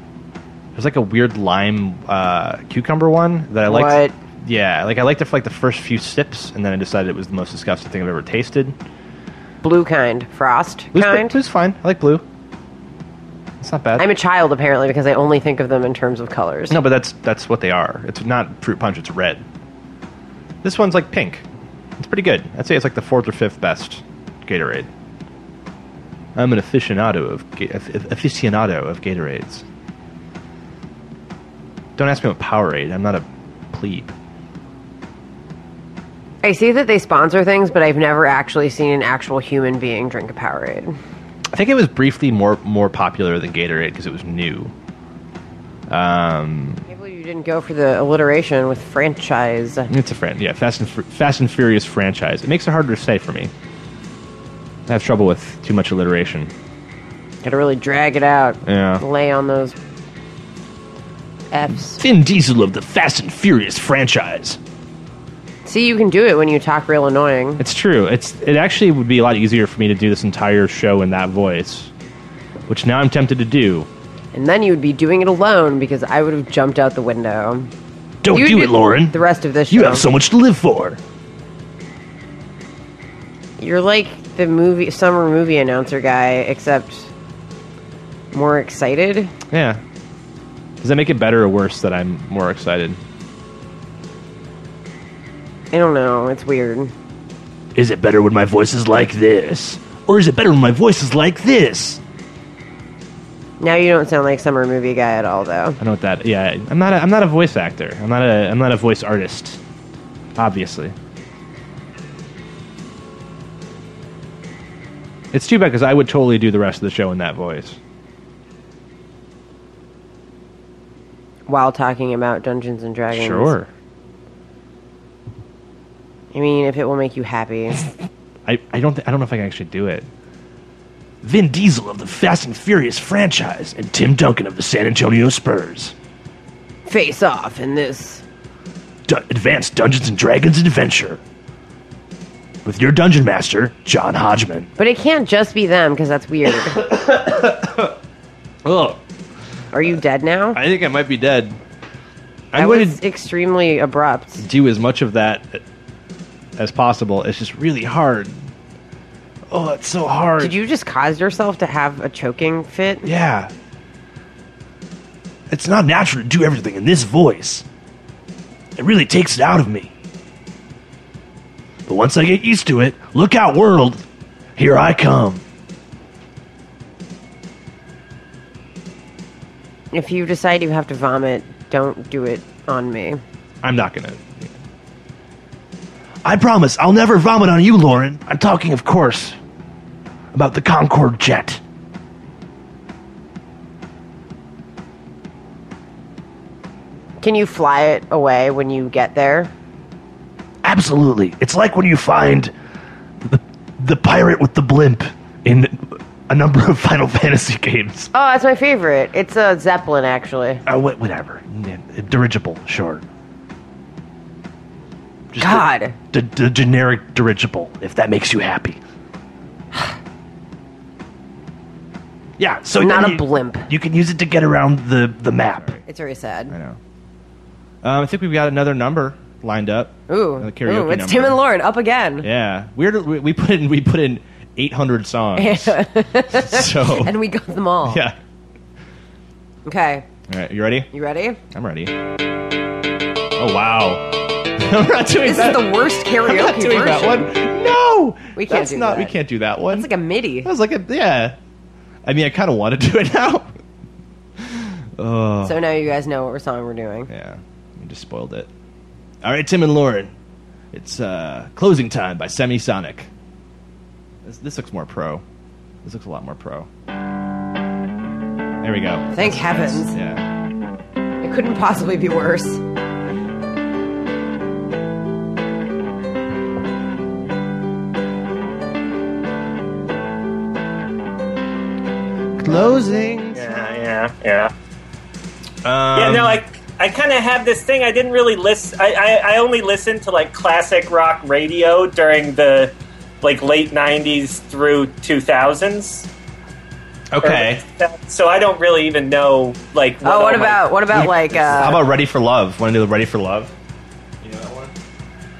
[SPEAKER 2] There's like a weird lime uh, cucumber one that I liked.
[SPEAKER 1] What?
[SPEAKER 2] Yeah, like I liked it for like the first few sips, and then I decided it was the most disgusting thing I've ever tasted.
[SPEAKER 1] Blue kind. Frost
[SPEAKER 2] Blue's,
[SPEAKER 1] kind.
[SPEAKER 2] blue's fine. I like blue. It's not bad.
[SPEAKER 1] I'm a child apparently because I only think of them in terms of colors.
[SPEAKER 2] no, but that's that's what they are. It's not fruit punch. It's red. This one's like pink. It's pretty good. I'd say it's like the fourth or fifth best Gatorade. I'm an aficionado of Ga- af- af- aficionado of Gatorades. Don't ask me about Powerade. I'm not a plebe.
[SPEAKER 1] I see that they sponsor things, but I've never actually seen an actual human being drink a Powerade.
[SPEAKER 2] I think it was briefly more more popular than Gatorade because it was new. Um,
[SPEAKER 1] I can't believe you didn't go for the alliteration with franchise.
[SPEAKER 2] it's a fran- yeah, Fast and Fur- Fast and Furious franchise. It makes it harder to say for me. I have trouble with too much alliteration.
[SPEAKER 1] Gotta really drag it out.
[SPEAKER 2] Yeah.
[SPEAKER 1] Lay on those F's.
[SPEAKER 2] Vin Diesel of the Fast and Furious franchise.
[SPEAKER 1] See, you can do it when you talk real annoying.
[SPEAKER 2] It's true. It's it actually would be a lot easier for me to do this entire show in that voice, which now I'm tempted to do.
[SPEAKER 1] And then you would be doing it alone because I would have jumped out the window.
[SPEAKER 2] Don't
[SPEAKER 1] You
[SPEAKER 2] do
[SPEAKER 1] do
[SPEAKER 2] it, Lauren.
[SPEAKER 1] The rest of this show.
[SPEAKER 2] you have so much to live for.
[SPEAKER 1] You're like the movie summer movie announcer guy, except more excited.
[SPEAKER 2] Yeah. Does that make it better or worse that I'm more excited?
[SPEAKER 1] I don't know. It's weird.
[SPEAKER 2] Is it better when my voice is like this? Or is it better when my voice is like this?
[SPEAKER 1] Now you don't sound like summer movie guy at all, though.
[SPEAKER 2] I know what that. Yeah, I'm not. A, I'm not a voice actor. I'm not a. I'm not a voice artist. Obviously. It's too bad because I would totally do the rest of the show in that voice.
[SPEAKER 1] While talking about Dungeons and Dragons.
[SPEAKER 2] Sure.
[SPEAKER 1] I mean, if it will make you happy.
[SPEAKER 2] I, I don't. Th- I don't know if I can actually do it. Vin Diesel of the Fast and Furious franchise and Tim Duncan of the San Antonio Spurs.
[SPEAKER 1] Face off in this.
[SPEAKER 6] Dun Advanced Dungeons and Dragons Adventure with your dungeon master, John Hodgman.
[SPEAKER 1] But it can't just be them because that's weird.
[SPEAKER 2] Oh,
[SPEAKER 1] Are you dead now?
[SPEAKER 2] I think I might be dead.
[SPEAKER 1] that
[SPEAKER 2] I'm going
[SPEAKER 1] was
[SPEAKER 2] to
[SPEAKER 1] extremely abrupt.
[SPEAKER 2] do as much of that as possible. It's just really hard.
[SPEAKER 6] Oh, it's so hard.
[SPEAKER 1] Did you just cause yourself to have a choking fit?
[SPEAKER 6] yeah. It's not natural to do everything in this voice. It really takes it out of me. But once I get used to it, look out, world! Here I come.
[SPEAKER 1] If you decide you have to vomit, don't do it on me.
[SPEAKER 2] I'm not gonna.
[SPEAKER 6] I promise I'll never vomit on you, Lauren. I'm talking, of course, about the Concorde jet.
[SPEAKER 1] Can you fly it away when you get there?
[SPEAKER 6] Absolutely. It's like when you find the, the pirate with the blimp in a number of Final Fantasy games.
[SPEAKER 1] Oh, that's my favorite. It's a zeppelin, actually.
[SPEAKER 6] Uh, wha- whatever. Yeah, dirigible, sure. Just
[SPEAKER 1] God.
[SPEAKER 6] The, the, the generic dirigible, if that makes you happy. yeah, so
[SPEAKER 1] Not
[SPEAKER 6] then
[SPEAKER 1] a
[SPEAKER 6] you,
[SPEAKER 1] blimp.
[SPEAKER 6] You can use it to get around the, the map.
[SPEAKER 1] It's very
[SPEAKER 2] I
[SPEAKER 1] sad.
[SPEAKER 2] know. Um, I think we've got another number lined up.
[SPEAKER 1] Ooh,
[SPEAKER 2] A karaoke
[SPEAKER 1] ooh, it's
[SPEAKER 2] number.
[SPEAKER 1] Tim and Lauren up again,
[SPEAKER 2] Yeah, weird. We, we put in we put in 800 songs. so
[SPEAKER 1] and we got them all.
[SPEAKER 2] yeah.
[SPEAKER 1] Okay,
[SPEAKER 2] All right, you ready?
[SPEAKER 1] you ready?
[SPEAKER 2] I'm ready. Oh wow! I'm not doing
[SPEAKER 1] This
[SPEAKER 2] that.
[SPEAKER 1] is the worst
[SPEAKER 2] I'm
[SPEAKER 1] karaoke
[SPEAKER 2] not doing
[SPEAKER 1] version.
[SPEAKER 2] that one. No,
[SPEAKER 1] We can't
[SPEAKER 2] That's
[SPEAKER 1] do
[SPEAKER 2] not.
[SPEAKER 1] that.
[SPEAKER 2] We can't do that one.
[SPEAKER 1] It's like a MIDI.
[SPEAKER 2] That was like a yeah. I mean, I kind of want to do it now. Oh
[SPEAKER 1] So now you guys know what song we're doing.
[SPEAKER 2] yeah, we just spoiled it. All right, Tim and Lauren, it's uh, closing time by Semisonic. This, this looks more pro. This looks a lot more pro. There we go.
[SPEAKER 1] Thank heavens.
[SPEAKER 2] Yeah. Oh
[SPEAKER 1] It couldn't possibly be worse.
[SPEAKER 2] Closing.
[SPEAKER 3] Yeah, yeah, yeah.
[SPEAKER 2] Um,
[SPEAKER 3] yeah, no, I, I kind of have this thing. I didn't really listen. I, I, I only listened to like classic rock radio during the like late '90s through 2000s. or
[SPEAKER 2] okay.
[SPEAKER 3] like- So I don't really even know like. What
[SPEAKER 1] Oh, what
[SPEAKER 3] all my-
[SPEAKER 1] about what about like
[SPEAKER 2] How
[SPEAKER 1] uh
[SPEAKER 2] about Ready for Love? Want to do Ready for Love?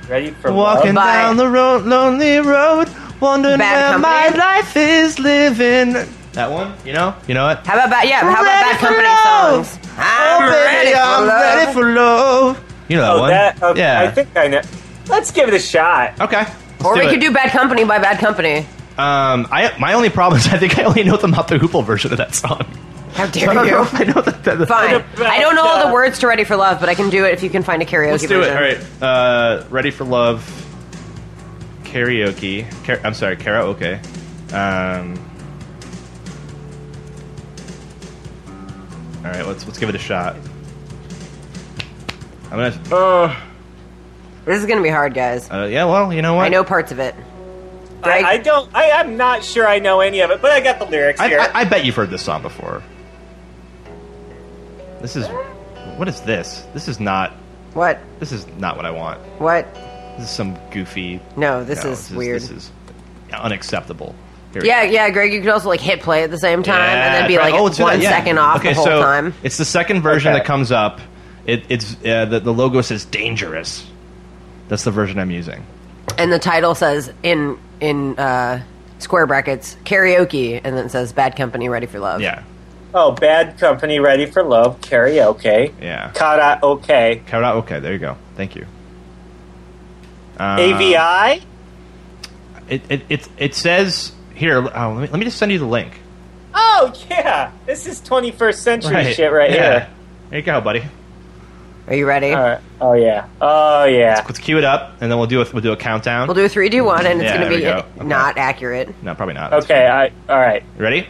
[SPEAKER 3] ready for
[SPEAKER 2] Walking
[SPEAKER 1] Bye.
[SPEAKER 2] down the road, lonely road, wondering
[SPEAKER 1] Bad
[SPEAKER 2] where
[SPEAKER 1] Company?
[SPEAKER 2] my life is living. That one, you know, you know it.
[SPEAKER 1] how about bad, yeah, how about
[SPEAKER 2] Ready
[SPEAKER 1] bad
[SPEAKER 2] for
[SPEAKER 1] company
[SPEAKER 2] love.
[SPEAKER 1] songs? I'm ready for love.
[SPEAKER 2] for love. You know that
[SPEAKER 3] Oh,
[SPEAKER 2] one.
[SPEAKER 3] that. Okay,
[SPEAKER 2] yeah.
[SPEAKER 3] I think I know. Let's give it a shot.
[SPEAKER 2] okay. let's
[SPEAKER 1] Or we
[SPEAKER 2] it.
[SPEAKER 1] could do Bad Company by Bad Company.
[SPEAKER 2] Um, I my only problem is I think I only know the Mop the Hoople version of that song.
[SPEAKER 1] How
[SPEAKER 2] I
[SPEAKER 1] dare
[SPEAKER 2] don't know
[SPEAKER 1] you?
[SPEAKER 2] if I know that. that
[SPEAKER 1] Fine.
[SPEAKER 3] about,
[SPEAKER 1] I don't know all
[SPEAKER 3] uh,
[SPEAKER 1] the words to Ready for Love, but I can do it if you can find a karaoke
[SPEAKER 2] Let's do it.
[SPEAKER 1] version.
[SPEAKER 2] All right. Uh, ready for love. Karaoke. Car- I'm sorry, karaoke. Um, all right. Let's let's give it a shot. I'm gonna.
[SPEAKER 1] This is gonna be hard, guys.
[SPEAKER 2] Uh, yeah. Well, you know what?
[SPEAKER 1] I know parts of it.
[SPEAKER 3] I, I don't. I, I'm not sure I know any of it, but I got the lyrics
[SPEAKER 2] I,
[SPEAKER 3] here.
[SPEAKER 2] I, I bet you've heard this song before. This is. What is this? This is not.
[SPEAKER 1] What?
[SPEAKER 2] This is not what I want.
[SPEAKER 1] What?
[SPEAKER 2] This is some goofy.
[SPEAKER 1] No, this
[SPEAKER 2] no,
[SPEAKER 1] is weird.
[SPEAKER 2] This is unacceptable. Here we
[SPEAKER 1] Yeah,
[SPEAKER 2] go.
[SPEAKER 1] yeah, Greg, you could also like hit play at the same time and then be
[SPEAKER 2] try-
[SPEAKER 1] like
[SPEAKER 2] oh,
[SPEAKER 1] one
[SPEAKER 2] let's do
[SPEAKER 1] second
[SPEAKER 2] that, yeah.
[SPEAKER 1] off
[SPEAKER 2] okay,
[SPEAKER 1] the whole
[SPEAKER 2] so
[SPEAKER 1] time.
[SPEAKER 2] It's the second version
[SPEAKER 3] Okay.
[SPEAKER 2] that comes up. It, it's uh, the, the logo says dangerous. That's the version I'm using.
[SPEAKER 1] And the title says in in uh square brackets karaoke and then it says bad company ready for love.
[SPEAKER 2] Yeah,
[SPEAKER 3] oh, Bad Company, Ready for Love, Karaoke,
[SPEAKER 2] yeah.
[SPEAKER 3] Kara Okay,
[SPEAKER 2] Kara- okay, there you go. Thank you. Uh,
[SPEAKER 3] AVI.
[SPEAKER 2] It, it, it, it says here. Oh, let, me, let me just send you the link.
[SPEAKER 3] Oh yeah, this is 21st century shit right
[SPEAKER 2] yeah.
[SPEAKER 3] here.
[SPEAKER 2] There you go, buddy.
[SPEAKER 1] Are you ready?
[SPEAKER 3] All right. Oh yeah. Oh yeah.
[SPEAKER 2] Let's cue it up, and then we'll do a, we'll do a countdown.
[SPEAKER 1] We'll do a three do one and it's
[SPEAKER 2] Yeah,
[SPEAKER 1] gonna
[SPEAKER 2] there
[SPEAKER 1] be
[SPEAKER 2] we go. Okay.
[SPEAKER 1] not accurate.
[SPEAKER 2] no, probably not. That's
[SPEAKER 3] Okay. I. All right.
[SPEAKER 2] fine. Ready?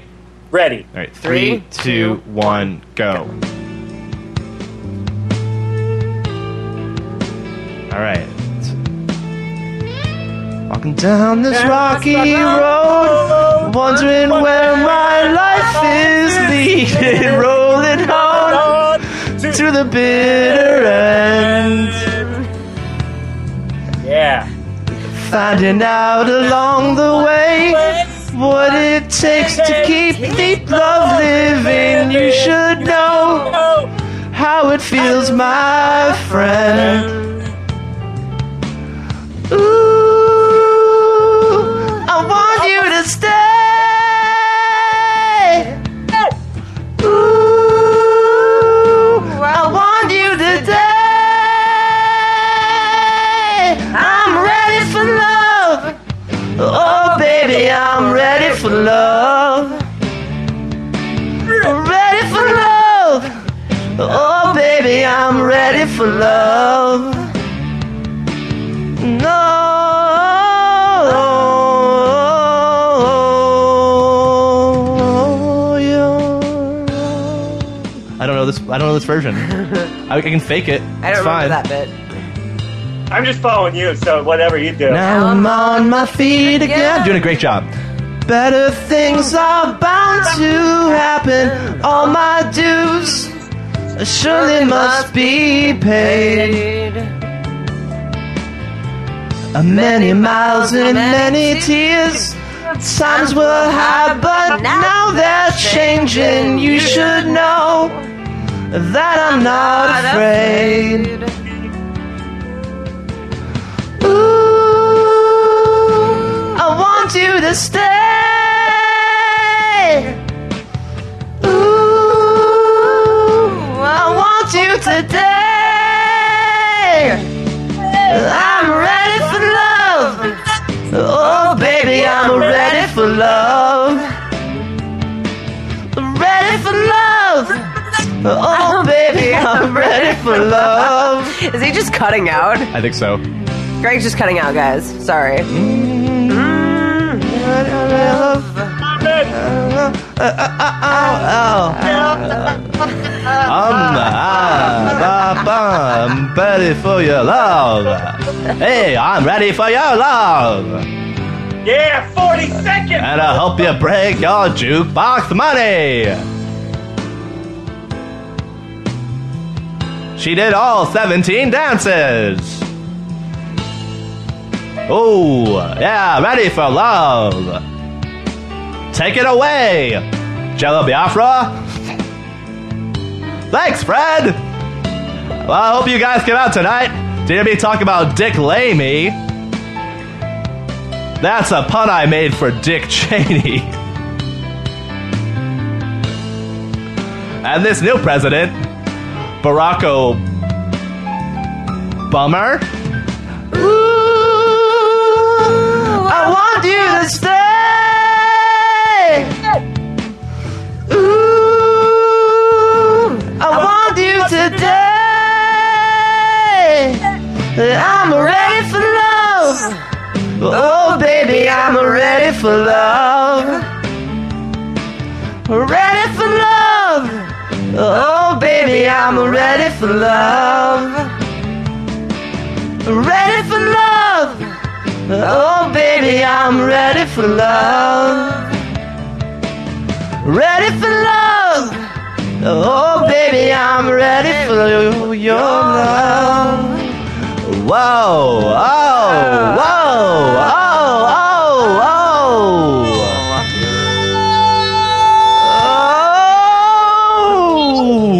[SPEAKER 3] Ready.
[SPEAKER 2] All right,
[SPEAKER 1] Three,
[SPEAKER 2] three, two, one, go. All right. Walking down this rocky road, wondering where my life is leading, rolling on to the bitter end.
[SPEAKER 3] Yeah.
[SPEAKER 2] Finding out along the way what it takes to keep deep love living. You should know how it feels, my friend. Ooh, I want you to stay. Ooh, I want you to die. I'm ready for love. Oh, baby, I'm ready for love. Ready for love. Oh, baby, I'm ready for love. No. I don't know this. I don't know this version. I, I can fake it.
[SPEAKER 1] I don't remember that bit.
[SPEAKER 3] I'm just following you, so whatever you do.
[SPEAKER 2] Now I'm on my feet again.
[SPEAKER 1] again.
[SPEAKER 2] Doing a great job.
[SPEAKER 7] Better things are bound to happen. All my dues surely must be paid. Uh, Many miles and many tears. Times were high, but now they're changing. You should know that I'm not afraid. Ooh, I want you to stay. Ooh, I want you today. I'm ready for love. Oh, baby, I'm ready for love. Ready for love. Oh, baby, I'm ready for love.
[SPEAKER 1] Is he just cutting out?
[SPEAKER 2] I think so.
[SPEAKER 1] Greg's just cutting out, guys. Sorry.
[SPEAKER 2] I'm, I'm, I'm ready for your love. Hey, I'm ready for your love.
[SPEAKER 3] Yeah, 40 seconds!
[SPEAKER 2] And I'll help you break your jukebox money. She did all 17 dances. Oh, yeah, ready for love. Take it away, Jello Biafra. Thanks, Fred. Well, I hope you guys get out tonight. Did you hear me talk about Dick Lamy? That's a pun I made for Dick Cheney. and this new president, Barack Obama.
[SPEAKER 7] I want you to stay. Ooh, I want you today. I'm ready for love. Oh, baby, I'm ready for love. Ready for love. Oh, baby, I'm ready for love. Ready for love. Oh, baby, I'm ready for love. Ready for love. Oh, baby, I'm ready for your love.
[SPEAKER 2] Whoa, oh, whoa,
[SPEAKER 7] oh.
[SPEAKER 2] oh,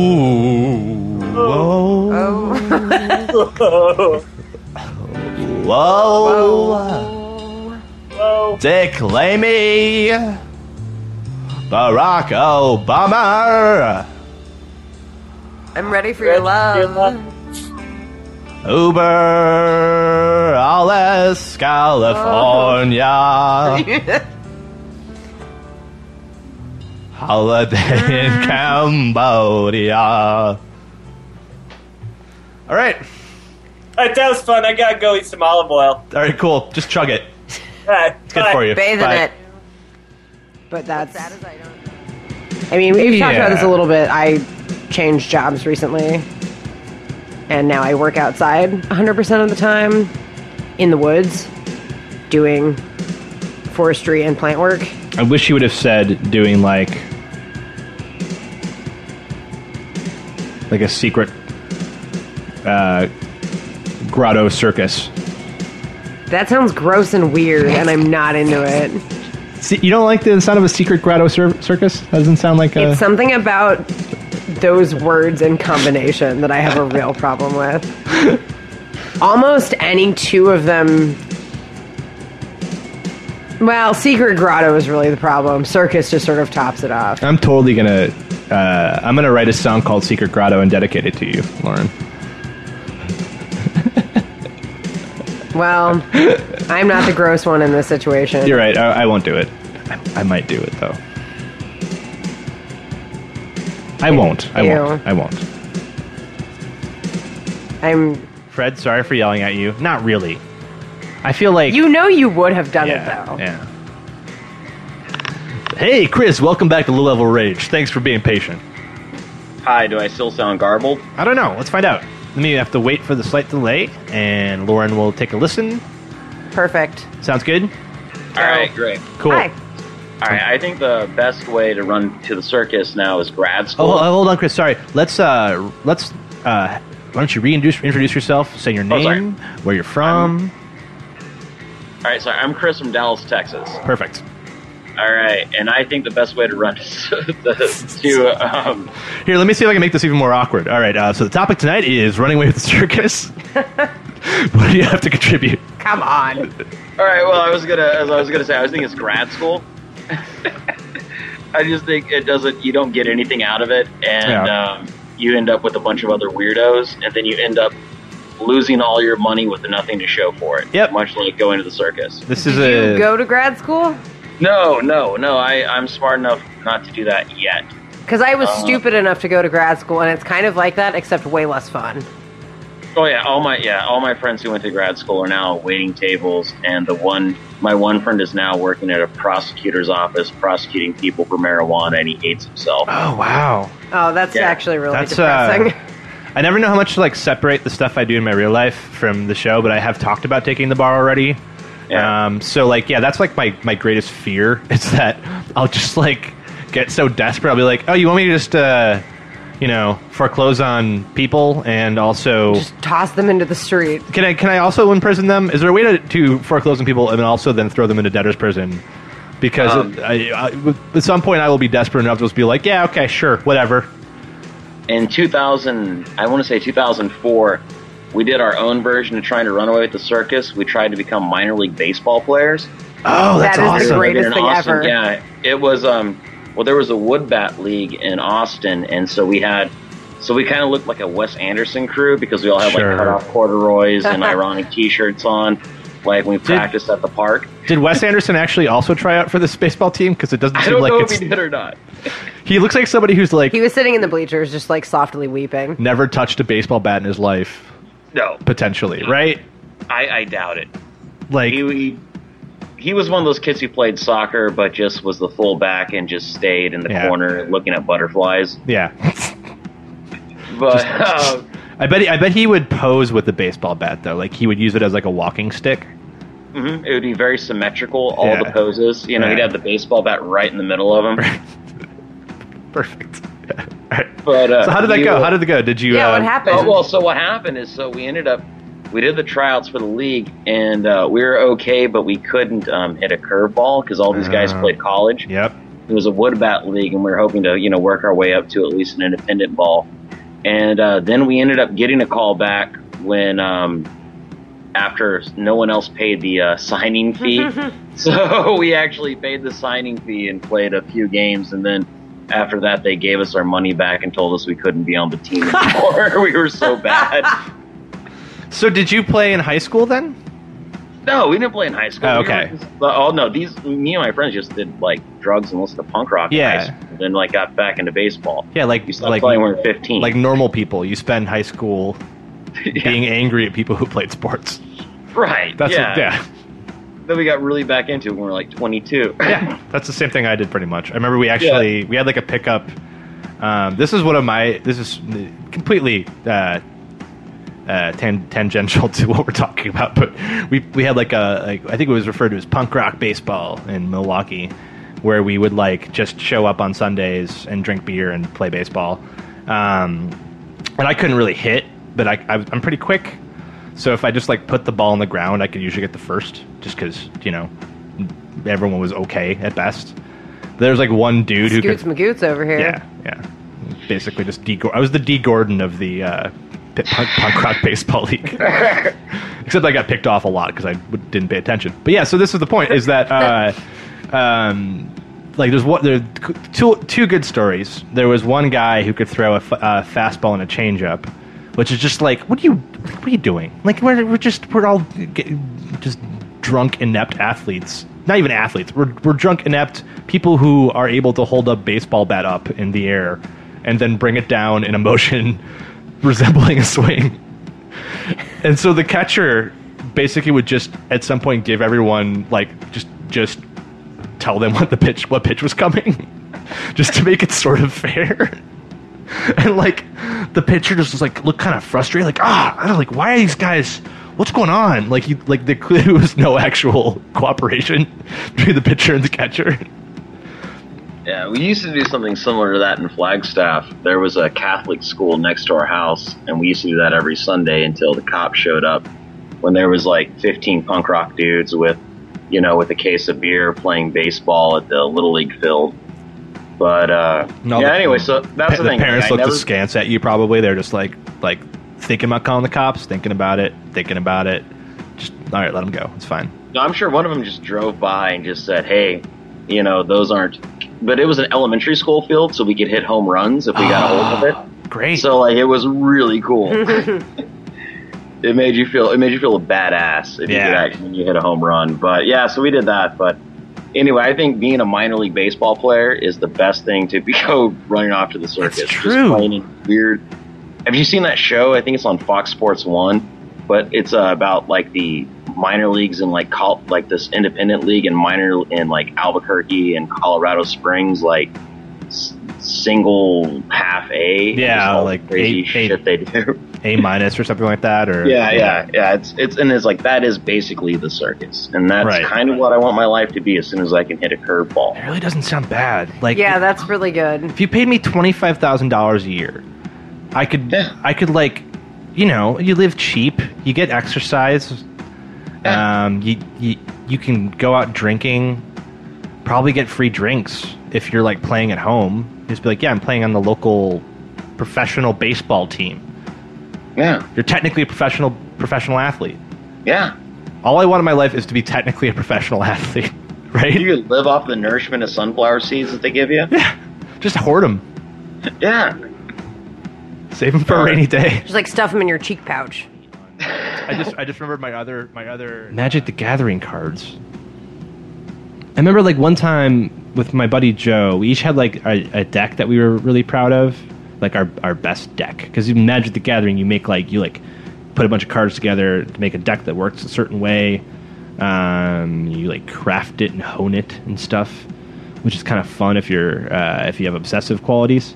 [SPEAKER 2] oh, oh. Whoa.
[SPEAKER 3] Whoa.
[SPEAKER 2] Whoa.
[SPEAKER 3] Whoa.
[SPEAKER 2] Dick Lamy, Barack Obama,
[SPEAKER 1] I'm ready for your love.
[SPEAKER 2] Uber, Alice, California, Holiday in Cambodia. All right,
[SPEAKER 3] Alright, that was fun. I gotta go eat some olive oil.
[SPEAKER 2] all right, cool. Just chug it.
[SPEAKER 3] Alright,
[SPEAKER 2] It's good
[SPEAKER 3] bye.
[SPEAKER 2] for you.
[SPEAKER 1] Bathe in
[SPEAKER 2] Bye.
[SPEAKER 1] it. But that's. I mean, we've talked about this
[SPEAKER 2] Yeah.
[SPEAKER 1] a little bit. I changed jobs recently, and now I work outside 100% of the time in the woods doing forestry and plant work.
[SPEAKER 2] I wish you would have said doing like like a secret uh, grotto circus.
[SPEAKER 1] That sounds gross and weird, and I'm not into it.
[SPEAKER 2] See, you don't like the sound of a secret grotto cir- circus? That doesn't sound like a.
[SPEAKER 1] It's something about those words in combination that I have a real problem with. Almost any two of them. Well, Secret Grotto is really the problem. Circus just sort of tops it off.
[SPEAKER 2] I'm totally gonna. Uh, I'm gonna write a song called "Secret Grotto" and dedicate it to you, Lauren.
[SPEAKER 1] Well, I'm not the gross one in this situation.
[SPEAKER 2] You're right. I, I won't do it. I, I might do it though. I won't. I won't.
[SPEAKER 1] Ew.
[SPEAKER 2] I won't.
[SPEAKER 1] I'm.
[SPEAKER 2] Fred, sorry for yelling at you. Not really. I feel like
[SPEAKER 1] You know you would have done it though.
[SPEAKER 2] Yeah. Hey, Chris, welcome back to Low Level Rage. Thanks for being patient.
[SPEAKER 8] Hi, do I still sound garbled?
[SPEAKER 2] I don't know. Let's find out. Let me have to wait for the slight delay, and Lauren will take a listen.
[SPEAKER 1] Perfect.
[SPEAKER 2] Sounds good?
[SPEAKER 8] All right, great.
[SPEAKER 2] Cool.
[SPEAKER 1] Hi.
[SPEAKER 8] All right, I think the best way to run to the circus now is grad
[SPEAKER 2] Oh,
[SPEAKER 8] school.
[SPEAKER 2] hold- hold on, Chris. Sorry. Let's uh, let's uh, why don't you reintroduce introduce yourself? Say your
[SPEAKER 8] Oh, sorry.
[SPEAKER 2] name, where you're from.
[SPEAKER 8] All right, sorry, I'm Chris from Dallas, Texas.
[SPEAKER 2] Perfect.
[SPEAKER 8] All right, and I think the best way to run is to, to um,
[SPEAKER 2] Here, let me see if I can make this even more awkward. All right. Uh, so the topic tonight is running away with the circus. what do you have to contribute?
[SPEAKER 1] Come on.
[SPEAKER 8] All right. Well, I was gonna, as I was gonna say, I was thinking it's grad school. I just think it doesn't. You don't get anything out of it, and
[SPEAKER 2] Yeah.
[SPEAKER 8] um, you end up with a bunch of other weirdos, and then you end up losing all your money with nothing to show for it.
[SPEAKER 2] Yep.
[SPEAKER 8] Much like going to the circus.
[SPEAKER 2] This is
[SPEAKER 1] Did
[SPEAKER 2] a
[SPEAKER 1] you go to grad school?
[SPEAKER 8] No, no, no. I I'm smart enough not to do that yet.
[SPEAKER 1] Because I was
[SPEAKER 8] Uh.
[SPEAKER 1] stupid enough to go to grad school, and it's kind of like that, except way less fun.
[SPEAKER 8] Oh yeah, all my yeah, all my friends who went to grad school are now waiting tables, and the one my one friend is now working at a prosecutor's office prosecuting people for marijuana, and he hates himself.
[SPEAKER 2] Oh wow.
[SPEAKER 1] Oh, that's
[SPEAKER 8] Yeah.
[SPEAKER 1] actually really
[SPEAKER 2] That's, uh,
[SPEAKER 1] depressing.
[SPEAKER 2] I never know how much to like separate the stuff I do in my real life from the show, but I have talked about taking the bar already.
[SPEAKER 8] Yeah.
[SPEAKER 2] Um, so like, yeah, that's like my, my greatest fear is that I'll just like get so desperate. I'll be like, oh, you want me to just, uh, you know, foreclose on people and also
[SPEAKER 1] Just toss them into the street.
[SPEAKER 2] can I can I also imprison them? Is there a way to, to foreclose on people and then also then throw them into debtor's prison? Because
[SPEAKER 8] Um,
[SPEAKER 2] I, I, at some point I will be desperate enough to just be like, yeah, okay, sure, whatever.
[SPEAKER 8] in 2000 i want to say 2004 we did our own version of trying to run away with the circus we tried to become minor league baseball players
[SPEAKER 2] Oh, that's
[SPEAKER 1] That is the
[SPEAKER 2] awesome.
[SPEAKER 1] great- Greatest
[SPEAKER 8] In
[SPEAKER 1] thing
[SPEAKER 8] Austin,
[SPEAKER 1] ever.
[SPEAKER 8] yeah it was um well there was a wood bat league in austin and so we had so we kind of looked like a wes anderson crew because we all had
[SPEAKER 2] Sure.
[SPEAKER 8] like cut off corduroys and ironic t-shirts on like we practiced at the park
[SPEAKER 2] Did Wes Anderson actually also try out for this baseball team? Because it doesn't
[SPEAKER 8] i
[SPEAKER 2] seem
[SPEAKER 8] don't
[SPEAKER 2] like
[SPEAKER 8] know if
[SPEAKER 2] it's.
[SPEAKER 8] he did or not
[SPEAKER 2] He looks like somebody who's like
[SPEAKER 1] He was sitting in the bleachers, just like softly weeping.
[SPEAKER 2] never touched a baseball bat in his life,
[SPEAKER 8] no
[SPEAKER 2] potentially, right?
[SPEAKER 8] i i doubt it
[SPEAKER 2] Like,
[SPEAKER 8] he, he he was one of those kids who played soccer but just was the fullback and just stayed in the
[SPEAKER 2] Yeah.
[SPEAKER 8] corner looking at butterflies.
[SPEAKER 2] yeah.
[SPEAKER 8] But uh,
[SPEAKER 2] I bet. He, I bet he would pose with the baseball bat though. Like he would use it as like a walking stick.
[SPEAKER 8] mhm, it would be very symmetrical, all
[SPEAKER 2] Yeah.
[SPEAKER 8] the poses. You know,
[SPEAKER 2] Yeah.
[SPEAKER 8] he'd have the baseball bat right in the middle of him.
[SPEAKER 2] Perfect. All right.
[SPEAKER 8] But uh,
[SPEAKER 2] So how did that
[SPEAKER 8] he
[SPEAKER 2] go?
[SPEAKER 8] would-
[SPEAKER 2] How did it go? Did you?
[SPEAKER 1] Yeah, what
[SPEAKER 2] uh,
[SPEAKER 1] happened?
[SPEAKER 8] Oh, well, so what happened is, so we ended up, we did the tryouts for the league, and uh, we were okay, but we couldn't um, hit a curveball because all these guys
[SPEAKER 2] Ah.
[SPEAKER 8] played college.
[SPEAKER 2] Yep.
[SPEAKER 8] it was a wood bat league, and we were hoping to, you know, work our way up to at least an independent ball. And uh, then we ended up getting a call back when, um, after no one else paid the uh, signing fee, so we actually paid the signing fee and played a few games, and then after that, they gave us our money back and told us we couldn't be on the team anymore. we were so bad.
[SPEAKER 2] So did you play in high school then?
[SPEAKER 8] No, we didn't play in high school.
[SPEAKER 2] Oh,
[SPEAKER 8] We were
[SPEAKER 2] okay.
[SPEAKER 8] just- oh no, these me and my friends just did like drugs and listened to punk rock. in
[SPEAKER 2] Yeah.
[SPEAKER 8] high school, and then like got back into baseball.
[SPEAKER 2] Yeah, like
[SPEAKER 8] You stopped
[SPEAKER 2] like
[SPEAKER 8] playing when we were 15.
[SPEAKER 2] like normal people. You spend high school
[SPEAKER 8] Yeah.
[SPEAKER 2] being angry at people who played sports.
[SPEAKER 8] right.
[SPEAKER 2] That's
[SPEAKER 8] yeah.
[SPEAKER 2] what, yeah.
[SPEAKER 8] Then we got really back into it when we were like 22.
[SPEAKER 2] yeah, that's the same thing I did pretty much. I remember we actually we had like a pickup. Um, this is one of my this is completely uh, uh, tan- tangential to what we're talking about, but we we had like a like, I think it was referred to as punk rock baseball in Milwaukee, where we would like just show up on Sundays and drink beer and play baseball. Um, and I couldn't really hit, but I, I I'm pretty quick. So if I just like put the ball on the ground, I could usually get the first, just because you know everyone was okay at best. There's like one dude who
[SPEAKER 1] Scoots
[SPEAKER 2] could,
[SPEAKER 1] Magoots over here.
[SPEAKER 2] yeah, yeah, basically just D. Gor- I was the D. Gordon of the uh, pit punk, punk rock baseball league. Except I got picked off a lot because I w- didn't pay attention. But yeah, so this is the point: is that uh, um, like there's what there are two two good stories. There was one guy who could throw a f- uh, fastball and a changeup, which is just like, what are you what are you doing? Like we're we're just we're all get, just drunk inept athletes. Not even athletes. We're we're drunk inept people who are able to hold a baseball bat up in the air and then bring it down in a motion resembling a swing. And so the catcher basically would just at some point give everyone like just just tell them what the pitch what pitch was coming just to make it sort of fair. And like the pitcher just was like looked kind of frustrated like ah I don't like why are these guys what's going on? Like you like there clearly was no actual cooperation between the pitcher and the catcher.
[SPEAKER 8] Yeah, we used to do something similar to that in Flagstaff. There was a Catholic school next to our house, and we used to do that every Sunday until the cops showed up. When there was like 15 punk rock dudes with, you know, with a case of beer playing baseball at the little league field. But uh,
[SPEAKER 2] No,
[SPEAKER 8] yeah,
[SPEAKER 2] the-
[SPEAKER 8] anyway, so that's the,
[SPEAKER 2] the
[SPEAKER 8] thing.
[SPEAKER 2] parents
[SPEAKER 8] I
[SPEAKER 2] looked
[SPEAKER 8] never-
[SPEAKER 2] askance at you. Probably they're just like like thinking about calling the cops, thinking about it, thinking about it. Just all right, let them go. It's fine.
[SPEAKER 8] No, I'm sure one of them just drove by and just said, "Hey, you know, those aren't." But it was an elementary school field, so we could hit home runs if we got a hold of it.
[SPEAKER 6] Great.
[SPEAKER 8] So like, it was really cool. it made you feel it made you feel a badass if you could
[SPEAKER 2] Yeah.
[SPEAKER 8] actually when you hit a home run. But yeah, so we did that. But anyway, I think being a minor league baseball player is the best thing to be go running off to the circus.
[SPEAKER 6] That's
[SPEAKER 8] Just
[SPEAKER 6] true.
[SPEAKER 8] playing in weird. Have you seen that show? I think it's on Fox Sports One. But it's uh, about like the minor leagues and like col- like this independent league and minor in like Albuquerque and Colorado Springs, like s- single half A.
[SPEAKER 2] Yeah,
[SPEAKER 8] Just all
[SPEAKER 2] like
[SPEAKER 8] the crazy
[SPEAKER 2] eight- eight-
[SPEAKER 8] shit they do.
[SPEAKER 2] A minus or something like that. Or
[SPEAKER 8] Yeah, yeah, yeah. It's it's and it's like that is basically the circus, and that's
[SPEAKER 2] Right.
[SPEAKER 8] kind of what I want my life to be as soon as I can hit a
[SPEAKER 6] It
[SPEAKER 8] curveball.
[SPEAKER 6] really doesn't sound bad. Like
[SPEAKER 1] yeah, that's really good.
[SPEAKER 2] If you paid me twenty five thousand dollars a year, I could
[SPEAKER 8] Yeah.
[SPEAKER 2] I could like, you know, you live cheap, you get exercise, um, you you you can go out drinking, probably get free drinks if you're like playing at home. Just be like, yeah, I'm playing on the local professional baseball team.
[SPEAKER 8] Yeah,
[SPEAKER 2] You're technically a professional professional athlete.
[SPEAKER 8] yeah.
[SPEAKER 2] All I want in my life is to be technically a professional athlete, right?
[SPEAKER 8] You could live off the nourishment of sunflower seeds that they give you.
[SPEAKER 2] Just hoard them,
[SPEAKER 8] Yeah,
[SPEAKER 2] save them for a rainy day.
[SPEAKER 1] Just like stuff them in your cheek pouch.
[SPEAKER 2] I just I just remembered my other my other uh, Magic the Gathering cards. I remember like one time with my buddy Joe, we each had like a, a deck that we were really proud of, like our our best deck. Because in Magic the Gathering, you make like you like put a bunch of cards together to make a deck that works a certain way. Um, you like craft it and hone it and stuff, which is kind of fun if you're uh, if you have obsessive qualities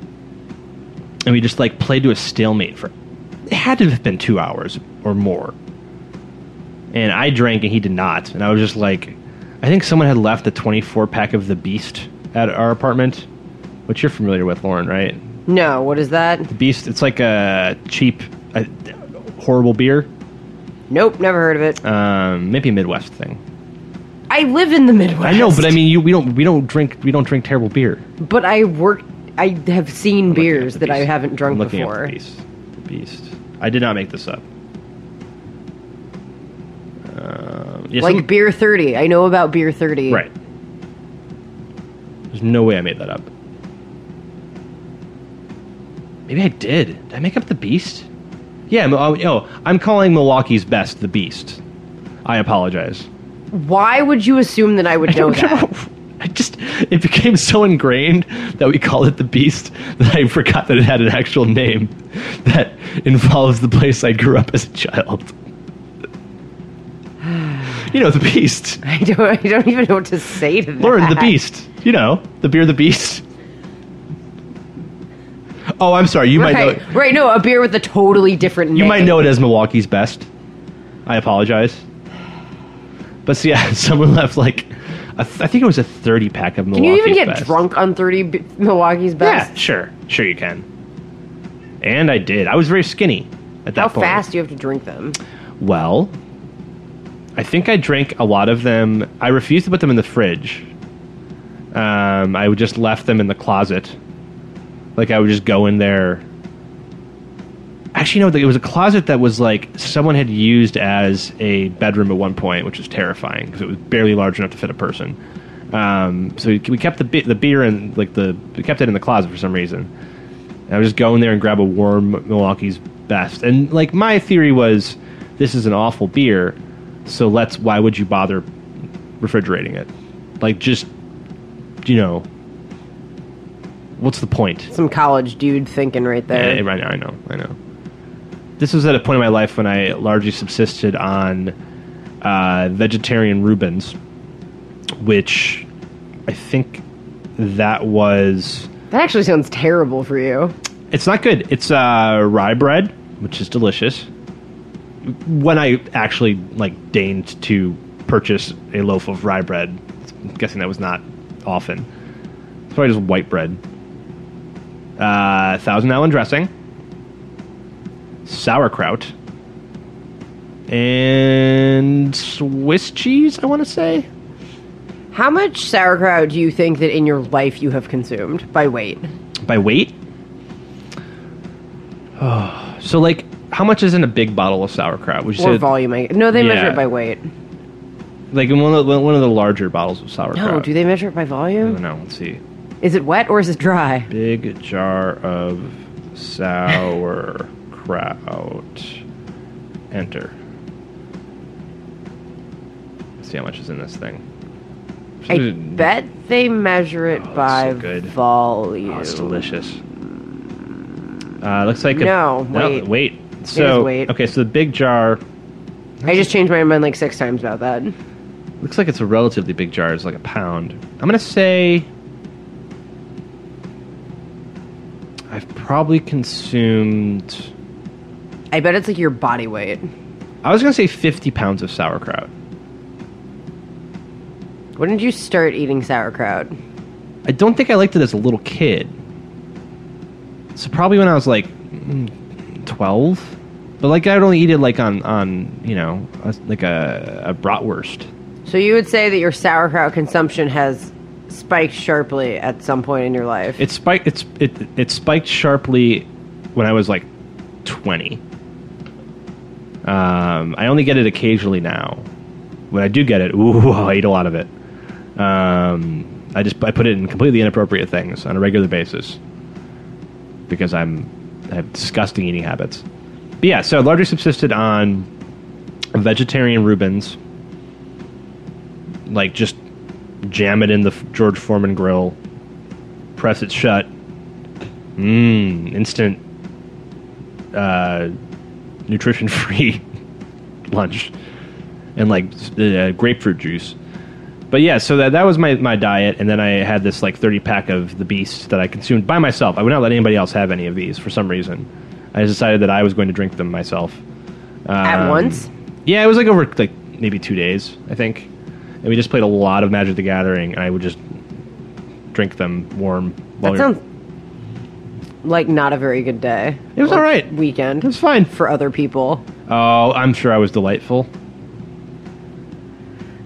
[SPEAKER 2] and we just like played to a stalemate for it had to have been two hours or more and i drank and he did not and i was just like i think someone had left a 24 pack of the beast at our apartment which you're familiar with lauren right
[SPEAKER 1] No, what is that?
[SPEAKER 2] the beast it's like a cheap uh horrible beer
[SPEAKER 1] Nope, never heard of it.
[SPEAKER 2] um, maybe a midwest thing
[SPEAKER 1] I live in the Midwest.
[SPEAKER 2] i know but i mean you, we don't we don't drink we don't drink terrible beer
[SPEAKER 1] But I work. I have seen
[SPEAKER 2] I'm looking up
[SPEAKER 1] beers
[SPEAKER 2] the
[SPEAKER 1] that I
[SPEAKER 2] beast.
[SPEAKER 1] haven't drunk
[SPEAKER 2] I'm looking up
[SPEAKER 1] before.
[SPEAKER 2] the beast. The beast. I did not make this up. Uh, yes,
[SPEAKER 1] like
[SPEAKER 2] I'm-
[SPEAKER 1] beer thirty. I know about beer thirty.
[SPEAKER 2] right. There's no way I made that up. Maybe I did. Did I make up the beast? Yeah. I'm- Oh, oh, I'm calling Milwaukee's best the beast. I apologize.
[SPEAKER 1] Why would you assume that I would
[SPEAKER 2] I
[SPEAKER 1] know
[SPEAKER 2] don't
[SPEAKER 1] that?
[SPEAKER 2] know. I just it became so ingrained that we called it the Beast that I forgot that it had an actual name that involves the place I grew up as a child. you know, the Beast.
[SPEAKER 1] I don't. I don't even know what to say to that.
[SPEAKER 2] Lauren, the Beast. You know, the beer, the Beast. Oh, I'm sorry. You might know.
[SPEAKER 1] Right,
[SPEAKER 2] It.
[SPEAKER 1] right. No, a beer with a totally different name.
[SPEAKER 2] You might know it as Milwaukee's best. I apologize. But so, yeah, someone left like a th- I think it was a 30 pack of
[SPEAKER 1] Can
[SPEAKER 2] Milwaukee's
[SPEAKER 1] you even get
[SPEAKER 2] best.
[SPEAKER 1] drunk on thirty B- Milwaukee's best?
[SPEAKER 2] Yeah, sure, sure you can. And I did. I was very skinny at that
[SPEAKER 1] How
[SPEAKER 2] point.
[SPEAKER 1] fast do you have to drink them?
[SPEAKER 2] Well, I think I drank a lot of them. I refused to put them in the fridge. Um, I would just left them in the closet. Like I would just go in there. Actually, no. It was a closet that was like someone had used as a bedroom at one point, which was terrifying because it was barely large enough to fit a person. Um, so we we kept the be- the beer and like the we kept it in the closet for some reason. And I would just go in there and grab a warm Milwaukee's best. And like my theory was, this is an awful beer, so let's. Why would you bother refrigerating it? Like just, you know, what's the point?
[SPEAKER 1] Some college dude thinking right there.
[SPEAKER 2] Yeah, right now, I know, I know. This was at a point in my life when I largely subsisted on uh, vegetarian Rubens, which I think that was
[SPEAKER 1] That actually sounds terrible for you.
[SPEAKER 2] it's not good. It's uh, rye bread, which is delicious. When I actually like deigned to purchase a loaf of rye bread, I'm guessing that was not often. It's probably just white bread. Uh, Thousand Island dressing, sauerkraut, and Swiss cheese. I want to say.
[SPEAKER 1] How much sauerkraut do you think that in your life you have consumed by weight?
[SPEAKER 2] By weight? Oh, so like how much is in a big bottle of sauerkraut? Would you
[SPEAKER 1] Or
[SPEAKER 2] say
[SPEAKER 1] volume? I, no, they measure
[SPEAKER 2] Yeah.
[SPEAKER 1] it by weight.
[SPEAKER 2] like in one of the, one of the larger bottles of sauerkraut?
[SPEAKER 1] No, do they measure it by
[SPEAKER 2] I don't
[SPEAKER 1] volume?
[SPEAKER 2] know. Let's see.
[SPEAKER 1] Is it wet or is it dry?
[SPEAKER 2] Big jar of sauerkraut. Enter. Let's see how much is in this thing.
[SPEAKER 1] I bet they measure it
[SPEAKER 2] Mm. Oh, it's
[SPEAKER 1] by
[SPEAKER 2] so good.
[SPEAKER 1] volume.
[SPEAKER 2] Oh, it's delicious. Uh, looks like
[SPEAKER 1] No,
[SPEAKER 2] a, no,
[SPEAKER 1] wait.
[SPEAKER 2] wait. So
[SPEAKER 1] wait.
[SPEAKER 2] okay, so the big jar
[SPEAKER 1] I just changed my mind like six times about that.
[SPEAKER 2] Looks like it's a relatively big jar. It's like a pound. I'm gonna say I've probably consumed.
[SPEAKER 1] I bet it's like your body weight.
[SPEAKER 2] I was gonna say 50 pounds of sauerkraut.
[SPEAKER 1] When did you start eating sauerkraut?
[SPEAKER 2] I don't think I liked it as a little kid. So probably when I was like mm, 12, but like I'd only eat it like on on you know a, like a, a bratwurst.
[SPEAKER 1] So you would say that your sauerkraut consumption has spiked sharply at some point in your life.
[SPEAKER 2] It spiked. It's it it spiked sharply when I was like twenty. Um, I only get it occasionally now. When I do get it, ooh, I eat a lot of it. Um, I just I put it in completely inappropriate things on a regular basis because I'm I have disgusting eating habits. But yeah, so I largely subsisted on vegetarian Rubens, like just jam it in the George Foreman grill press it shut. Mmm, instant uh, nutrition free lunch and like s- uh, grapefruit juice. But yeah, so that, that was my, my diet, and then I had this like 30 pack of the Beast that I consumed by myself. I would not let anybody else have any of these for some reason. I just decided that I was going to drink them myself.
[SPEAKER 1] at
[SPEAKER 2] Um,
[SPEAKER 1] once?
[SPEAKER 2] yeah, it was like over like maybe two days, I think. And we just played a lot of Magic the Gathering, and I would just drink them warm.
[SPEAKER 1] That
[SPEAKER 2] while we-
[SPEAKER 1] sounds like not a very good day.
[SPEAKER 2] It was
[SPEAKER 1] Or
[SPEAKER 2] all right.
[SPEAKER 1] Weekend.
[SPEAKER 2] It was fine.
[SPEAKER 1] for other people.
[SPEAKER 2] Oh, I'm sure I was delightful.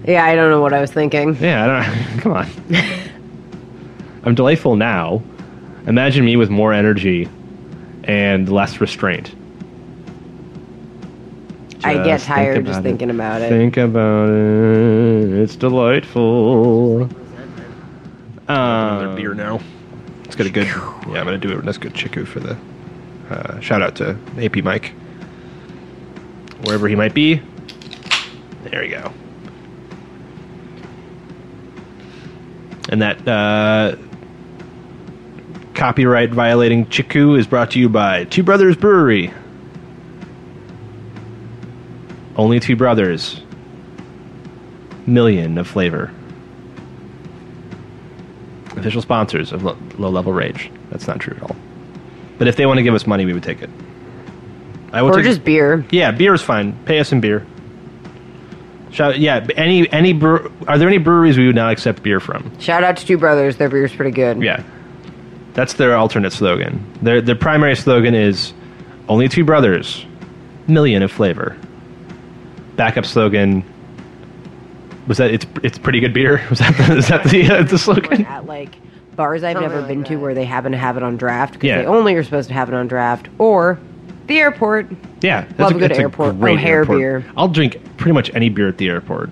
[SPEAKER 1] Yeah, I don't know what I was thinking.
[SPEAKER 2] Yeah, I don't. Come on. I'm delightful now. Imagine me with more energy and less restraint.
[SPEAKER 1] I get
[SPEAKER 2] Just think
[SPEAKER 1] tired just
[SPEAKER 2] about it.
[SPEAKER 1] thinking about it.
[SPEAKER 2] Think about it. It's delightful.
[SPEAKER 6] Another
[SPEAKER 2] Uh,
[SPEAKER 6] beer now. It's got a good. Yeah, I'm gonna do a nice good chiku for the. Uh, shout out to AP Mike.
[SPEAKER 2] wherever he might be. There we go. And that uh, copyright violating Chiku is brought to you by Two Brothers Brewery. Only two brothers. Million of flavor. Official sponsors of lo- Low Level Rage. That's not true at all. But if they want to give us money, we would take it. I would
[SPEAKER 1] or
[SPEAKER 2] take-
[SPEAKER 1] just beer.
[SPEAKER 2] yeah, beer is fine. Pay us in beer. Shall, yeah, any any bre- are there any breweries we would not accept beer from?
[SPEAKER 1] Shout out to Two Brothers. Their beer's pretty good.
[SPEAKER 2] Yeah, that's their alternate slogan. Their their primary slogan is "Only two brothers, million of flavor." Backup slogan was that it's it's pretty good beer. Was that the, is that the uh, the slogan?
[SPEAKER 1] At like bars I've never been to where they happen to have it on draft because
[SPEAKER 2] Yeah.
[SPEAKER 1] they only are supposed to have it on draft or the airport.
[SPEAKER 2] Yeah, that's
[SPEAKER 1] Love a good
[SPEAKER 2] that's
[SPEAKER 1] airport-
[SPEAKER 2] great
[SPEAKER 1] O'Hare
[SPEAKER 2] airport. Oh,
[SPEAKER 1] beer.
[SPEAKER 2] I'll drink pretty much any beer at the airport.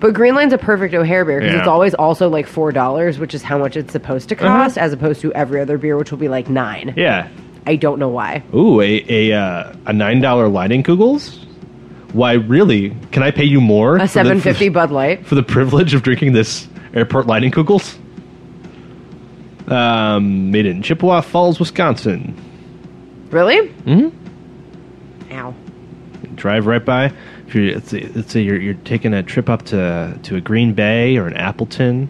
[SPEAKER 1] But Green Line's a perfect O'Hare beer because
[SPEAKER 2] Yeah.
[SPEAKER 1] it's always also like four dollars, which is how much it's supposed to cost, as opposed to every other beer, which will be like nine.
[SPEAKER 2] Yeah,
[SPEAKER 1] I don't know why.
[SPEAKER 2] Ooh, a a uh, a nine dollar lining kugels. Why, really? Can I pay you more?
[SPEAKER 1] A
[SPEAKER 2] for the-
[SPEAKER 1] seven fifty Bud Light.
[SPEAKER 2] for the privilege of drinking this airport lining kugels. Um, made in Chippewa Falls, Wisconsin.
[SPEAKER 1] Really? Mm-hmm. Ow.
[SPEAKER 2] Drive right by. If you're, let's say, let's say you're, you're taking a trip up to to a Green Bay or an Appleton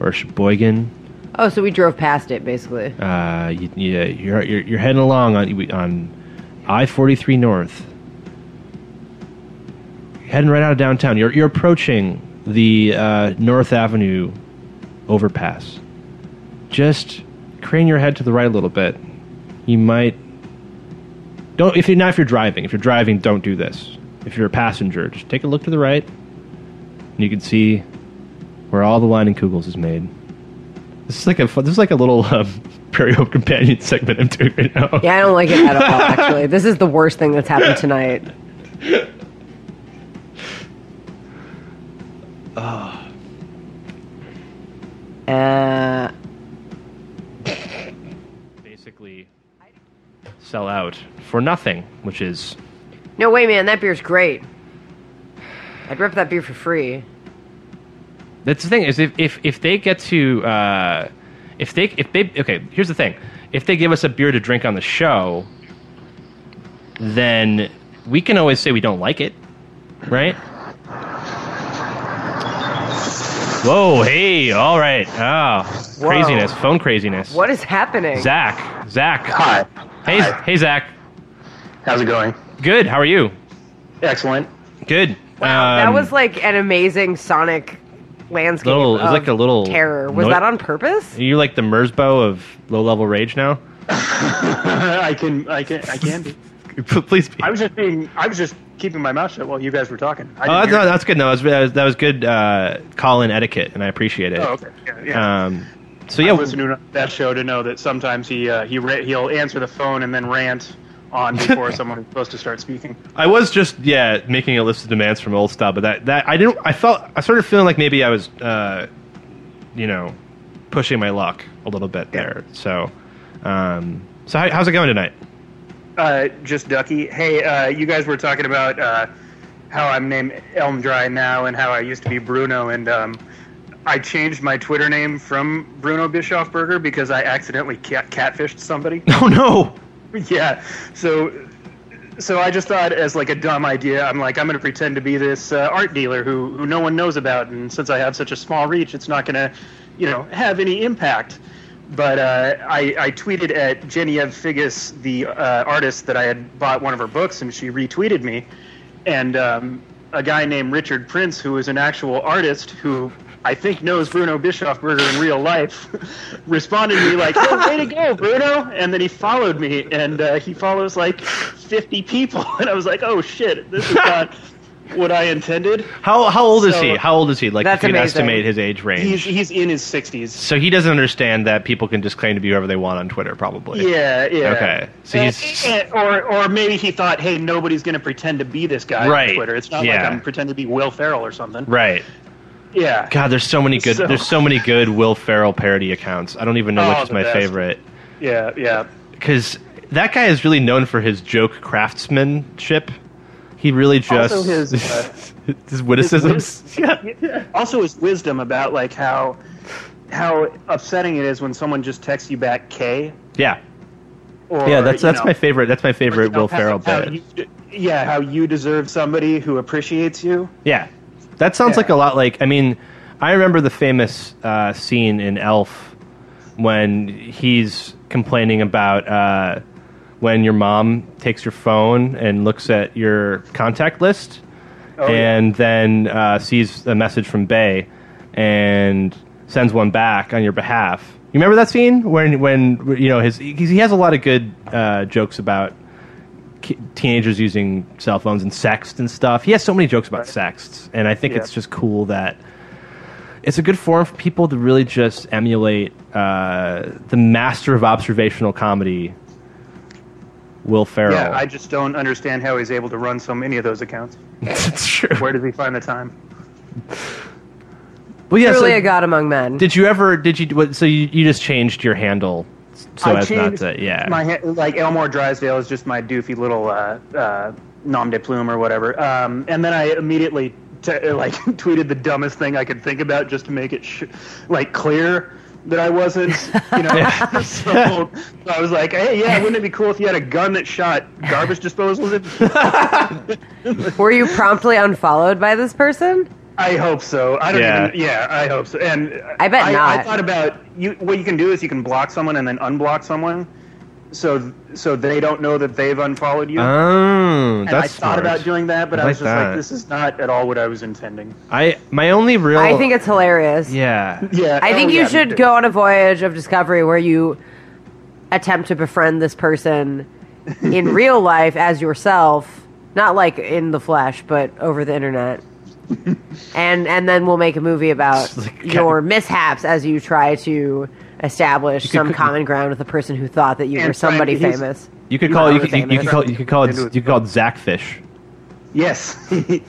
[SPEAKER 2] or a Sheboygan.
[SPEAKER 1] Oh, so we drove past it basically.
[SPEAKER 2] Uh, you, yeah, you're, you're you're heading along on on I forty three North. You're heading right out of downtown. You're you're approaching the uh, North Avenue overpass. Just crane your head to the right a little bit. You might don't if you're not if you're driving. If you're driving, don't do this. If you're a passenger, just take a look to the right, and you can see where all the line in Kugels is made. This is like a fu- this is like a little um, Prairie Hope Companion segment I'm doing right now.
[SPEAKER 1] Yeah, I don't like it at all, actually. This is the worst thing that's happened tonight. Uh,
[SPEAKER 2] basically sell out for nothing, which is
[SPEAKER 1] no way, man. That beer's great. I'd rip that beer for free.
[SPEAKER 2] that's the thing is if if, if they get to uh, if they if they okay here's the thing if they give us a beer to drink on the show, then we can always say we don't like it, right? Whoa! Hey! All right! Ah, craziness! Phone craziness!
[SPEAKER 1] What is happening?
[SPEAKER 2] Zach! Zach!
[SPEAKER 9] Hi.
[SPEAKER 2] Hey!
[SPEAKER 9] Hi.
[SPEAKER 2] Hey! Zach!
[SPEAKER 9] How's it going?
[SPEAKER 2] Good. How are you?
[SPEAKER 9] Excellent.
[SPEAKER 2] Good.
[SPEAKER 1] Wow, that
[SPEAKER 2] Um,
[SPEAKER 1] was like an amazing sonic landscape.
[SPEAKER 2] Little- it was
[SPEAKER 1] of
[SPEAKER 2] like a little
[SPEAKER 1] terror. Was
[SPEAKER 2] noi-
[SPEAKER 1] that on purpose?
[SPEAKER 2] You're like the Merzbow of low level rage now.
[SPEAKER 9] I can I can I can be.
[SPEAKER 2] Please be.
[SPEAKER 9] I was just being I was just keeping my mouth shut while you guys were talking. I
[SPEAKER 2] Oh, that's,
[SPEAKER 9] didn't
[SPEAKER 2] no,
[SPEAKER 9] hear-
[SPEAKER 2] that's good. No, that was, that was, that was good uh, call in etiquette, and I appreciate it.
[SPEAKER 9] Oh, okay. Yeah, yeah.
[SPEAKER 2] Um, so
[SPEAKER 9] I
[SPEAKER 2] yeah,
[SPEAKER 9] listened to that show to know that sometimes he uh, he ra- he'll answer the phone and then rant on before someone is supposed to start speaking.
[SPEAKER 2] I was just yeah making a list of demands from old style, but that, that I didn't. I felt I started feeling like maybe I was, uh, you know, pushing my luck a little bit there. So, um, so how, how's it going tonight?
[SPEAKER 9] Uh, just Ducky. Hey, uh, you guys were talking about uh, how I'm named Elm Dry now and how I used to be Bruno, and um, I changed my Twitter name from Bruno Bischofberger because I accidentally cat- catfished somebody.
[SPEAKER 2] Oh no!
[SPEAKER 9] yeah, so. So I just thought, as like a dumb idea, I'm like, I'm going to pretend to be this uh, art dealer who, who no one knows about, and since I have such a small reach, it's not going to, you know, have any impact. But uh, I, I tweeted at Genevieve Figgis, the uh, artist that I had bought one of her books, and she retweeted me. And um, a guy named Richard Prince, who is an actual artist who I think knows Bruno Bischofberger in real life, responded to me like, "Hey, way to go, Bruno!" And then he followed me, and uh, he follows like 50 people, and I was like, "Oh shit, this is not what I intended."
[SPEAKER 2] How how old is
[SPEAKER 9] So-
[SPEAKER 2] he? How old is he? Like,
[SPEAKER 1] That's
[SPEAKER 2] if you can
[SPEAKER 1] amazing.
[SPEAKER 2] estimate his age range.
[SPEAKER 9] He's he's in his 60s.
[SPEAKER 2] So he doesn't understand that people can just claim to be whoever they want on Twitter, probably.
[SPEAKER 9] Yeah, yeah.
[SPEAKER 2] Okay. So
[SPEAKER 9] Eh,
[SPEAKER 2] he's.
[SPEAKER 9] eh, eh, or, or maybe he thought, hey, nobody's going to pretend to be this guy
[SPEAKER 2] Right,
[SPEAKER 9] on Twitter. It's not
[SPEAKER 2] yeah.
[SPEAKER 9] like I'm pretending to be Will Ferrell or something.
[SPEAKER 2] Right.
[SPEAKER 9] Yeah.
[SPEAKER 2] God, there's so many good.
[SPEAKER 9] So-
[SPEAKER 2] There's so many good Will Ferrell parody accounts. I don't even know
[SPEAKER 9] Oh,
[SPEAKER 2] which is
[SPEAKER 9] the
[SPEAKER 2] my
[SPEAKER 9] best.
[SPEAKER 2] favorite. 'Cause
[SPEAKER 9] Yeah, yeah.
[SPEAKER 2] favorite because that guy is really known for his joke craftsmanship. He really just
[SPEAKER 9] Also his, uh,
[SPEAKER 2] his witticisms.
[SPEAKER 9] His wis- Also, his wisdom about like how how upsetting it is when someone just texts you back K.
[SPEAKER 2] yeah,
[SPEAKER 9] Or,
[SPEAKER 2] yeah. That's
[SPEAKER 9] you
[SPEAKER 2] that's
[SPEAKER 9] know,
[SPEAKER 2] my favorite. That's my
[SPEAKER 9] you
[SPEAKER 2] favorite
[SPEAKER 9] know,
[SPEAKER 2] Will
[SPEAKER 9] how-
[SPEAKER 2] Ferrell
[SPEAKER 9] how
[SPEAKER 2] bit.
[SPEAKER 9] you d- Yeah, how you deserve somebody who appreciates you.
[SPEAKER 2] Yeah, that sounds
[SPEAKER 9] Yeah.
[SPEAKER 2] like a lot. Like I mean, I remember the famous uh, scene in Elf when he's complaining about uh, when your mom takes your phone and looks at your contact list,
[SPEAKER 9] Oh,
[SPEAKER 2] and then uh, sees a message from Bay and sends one back on your behalf. You remember that scene when when you know his he's- he has a lot of good uh, jokes about ki- teenagers using cell phones and sext and stuff. He has so many jokes about sexts, and I think
[SPEAKER 9] Yeah.
[SPEAKER 2] it's just cool that it's a good forum for people to really just emulate uh, the master of observational comedy, Will Ferrell.
[SPEAKER 9] Yeah, I just don't understand how he's able to run so many of those accounts.
[SPEAKER 2] it's true.
[SPEAKER 9] Where does he find the time?
[SPEAKER 2] Well, yeah.
[SPEAKER 1] Truly
[SPEAKER 2] so
[SPEAKER 1] a god among men.
[SPEAKER 2] did you ever? Did you? what- So you, you just changed your handle so
[SPEAKER 9] I
[SPEAKER 2] as not
[SPEAKER 9] changed
[SPEAKER 2] to? Yeah.
[SPEAKER 9] My ha- like Elmore Drysdale is just my doofy little uh, uh, nom de plume or whatever. Um, and then I immediately t- like tweeted the dumbest thing I could think about just to make it sh- like clear that I wasn't, you know. so, so I was like, hey, yeah, wouldn't it be cool if you had a gun that shot garbage disposals? If-
[SPEAKER 1] Were you promptly unfollowed by this person?
[SPEAKER 9] I hope so. I don't
[SPEAKER 2] Yeah.
[SPEAKER 9] even. Yeah, I hope so. And
[SPEAKER 1] I bet
[SPEAKER 9] I, I
[SPEAKER 1] not.
[SPEAKER 9] thought about you. What you can do is you can block someone and then unblock someone. so so they don't know that they've unfollowed you.
[SPEAKER 2] Oh,
[SPEAKER 9] and
[SPEAKER 2] that's
[SPEAKER 9] I thought about doing that, but
[SPEAKER 2] I
[SPEAKER 9] I, was
[SPEAKER 2] like
[SPEAKER 9] just
[SPEAKER 2] that.
[SPEAKER 9] like, this is not at all what I was intending.
[SPEAKER 2] I my only real.
[SPEAKER 1] I think it's hilarious.
[SPEAKER 2] Yeah.
[SPEAKER 9] Yeah,
[SPEAKER 1] I
[SPEAKER 9] oh,
[SPEAKER 1] think
[SPEAKER 9] yeah,
[SPEAKER 1] you
[SPEAKER 9] me
[SPEAKER 1] should
[SPEAKER 9] too.
[SPEAKER 1] go on a voyage of discovery where you attempt to befriend this person in real life as yourself, not like in the flesh, but over the internet. and and then we'll make a movie about your mishaps as you try to establish some common ground with the person who thought that you
[SPEAKER 9] And
[SPEAKER 1] were somebody
[SPEAKER 9] find- he's-
[SPEAKER 1] famous.
[SPEAKER 2] You could call you, could- you, you
[SPEAKER 1] famous.
[SPEAKER 2] could call you could call it
[SPEAKER 9] Into
[SPEAKER 2] you
[SPEAKER 9] it.
[SPEAKER 2] could call it Zackfish.
[SPEAKER 9] Yes, I'm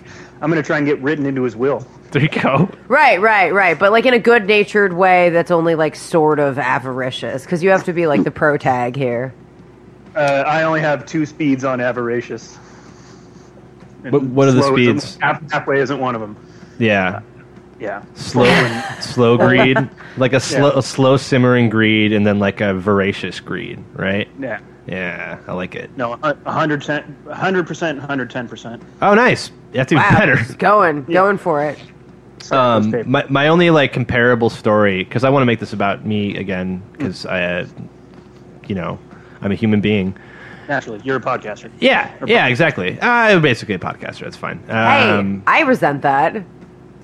[SPEAKER 9] gonna try and get written into his will.
[SPEAKER 2] There you go.
[SPEAKER 1] Right, right, right. But like in a good natured way that's only like sort of avaricious because you have to be like the pro tag here.
[SPEAKER 9] Uh, I only have two speeds on avaricious. And
[SPEAKER 2] What- what are the
[SPEAKER 9] slow isn't-
[SPEAKER 2] speeds?
[SPEAKER 9] Half, halfway isn't one of them.
[SPEAKER 2] Yeah.
[SPEAKER 9] Yeah.
[SPEAKER 2] Slow slow greed, like a slow
[SPEAKER 9] Yeah.
[SPEAKER 2] a slow simmering greed, and then like a voracious greed, right?
[SPEAKER 9] Yeah.
[SPEAKER 2] Yeah, I like it.
[SPEAKER 9] No, a- a hundred percent, a hundred percent, a hundred ten percent.
[SPEAKER 2] Oh, nice. That's even
[SPEAKER 1] Wow,
[SPEAKER 2] better.
[SPEAKER 1] just going, going for it.
[SPEAKER 9] So let's
[SPEAKER 2] Um,
[SPEAKER 9] tape.
[SPEAKER 2] my, my only like comparable story because I want to make this about me again because I, uh, you know, I'm a human being.
[SPEAKER 9] naturally, you're a podcaster.
[SPEAKER 2] Yeah, yeah, exactly. Uh, I'm basically a podcaster. That's fine. Um,
[SPEAKER 1] hey, I resent that. Tim,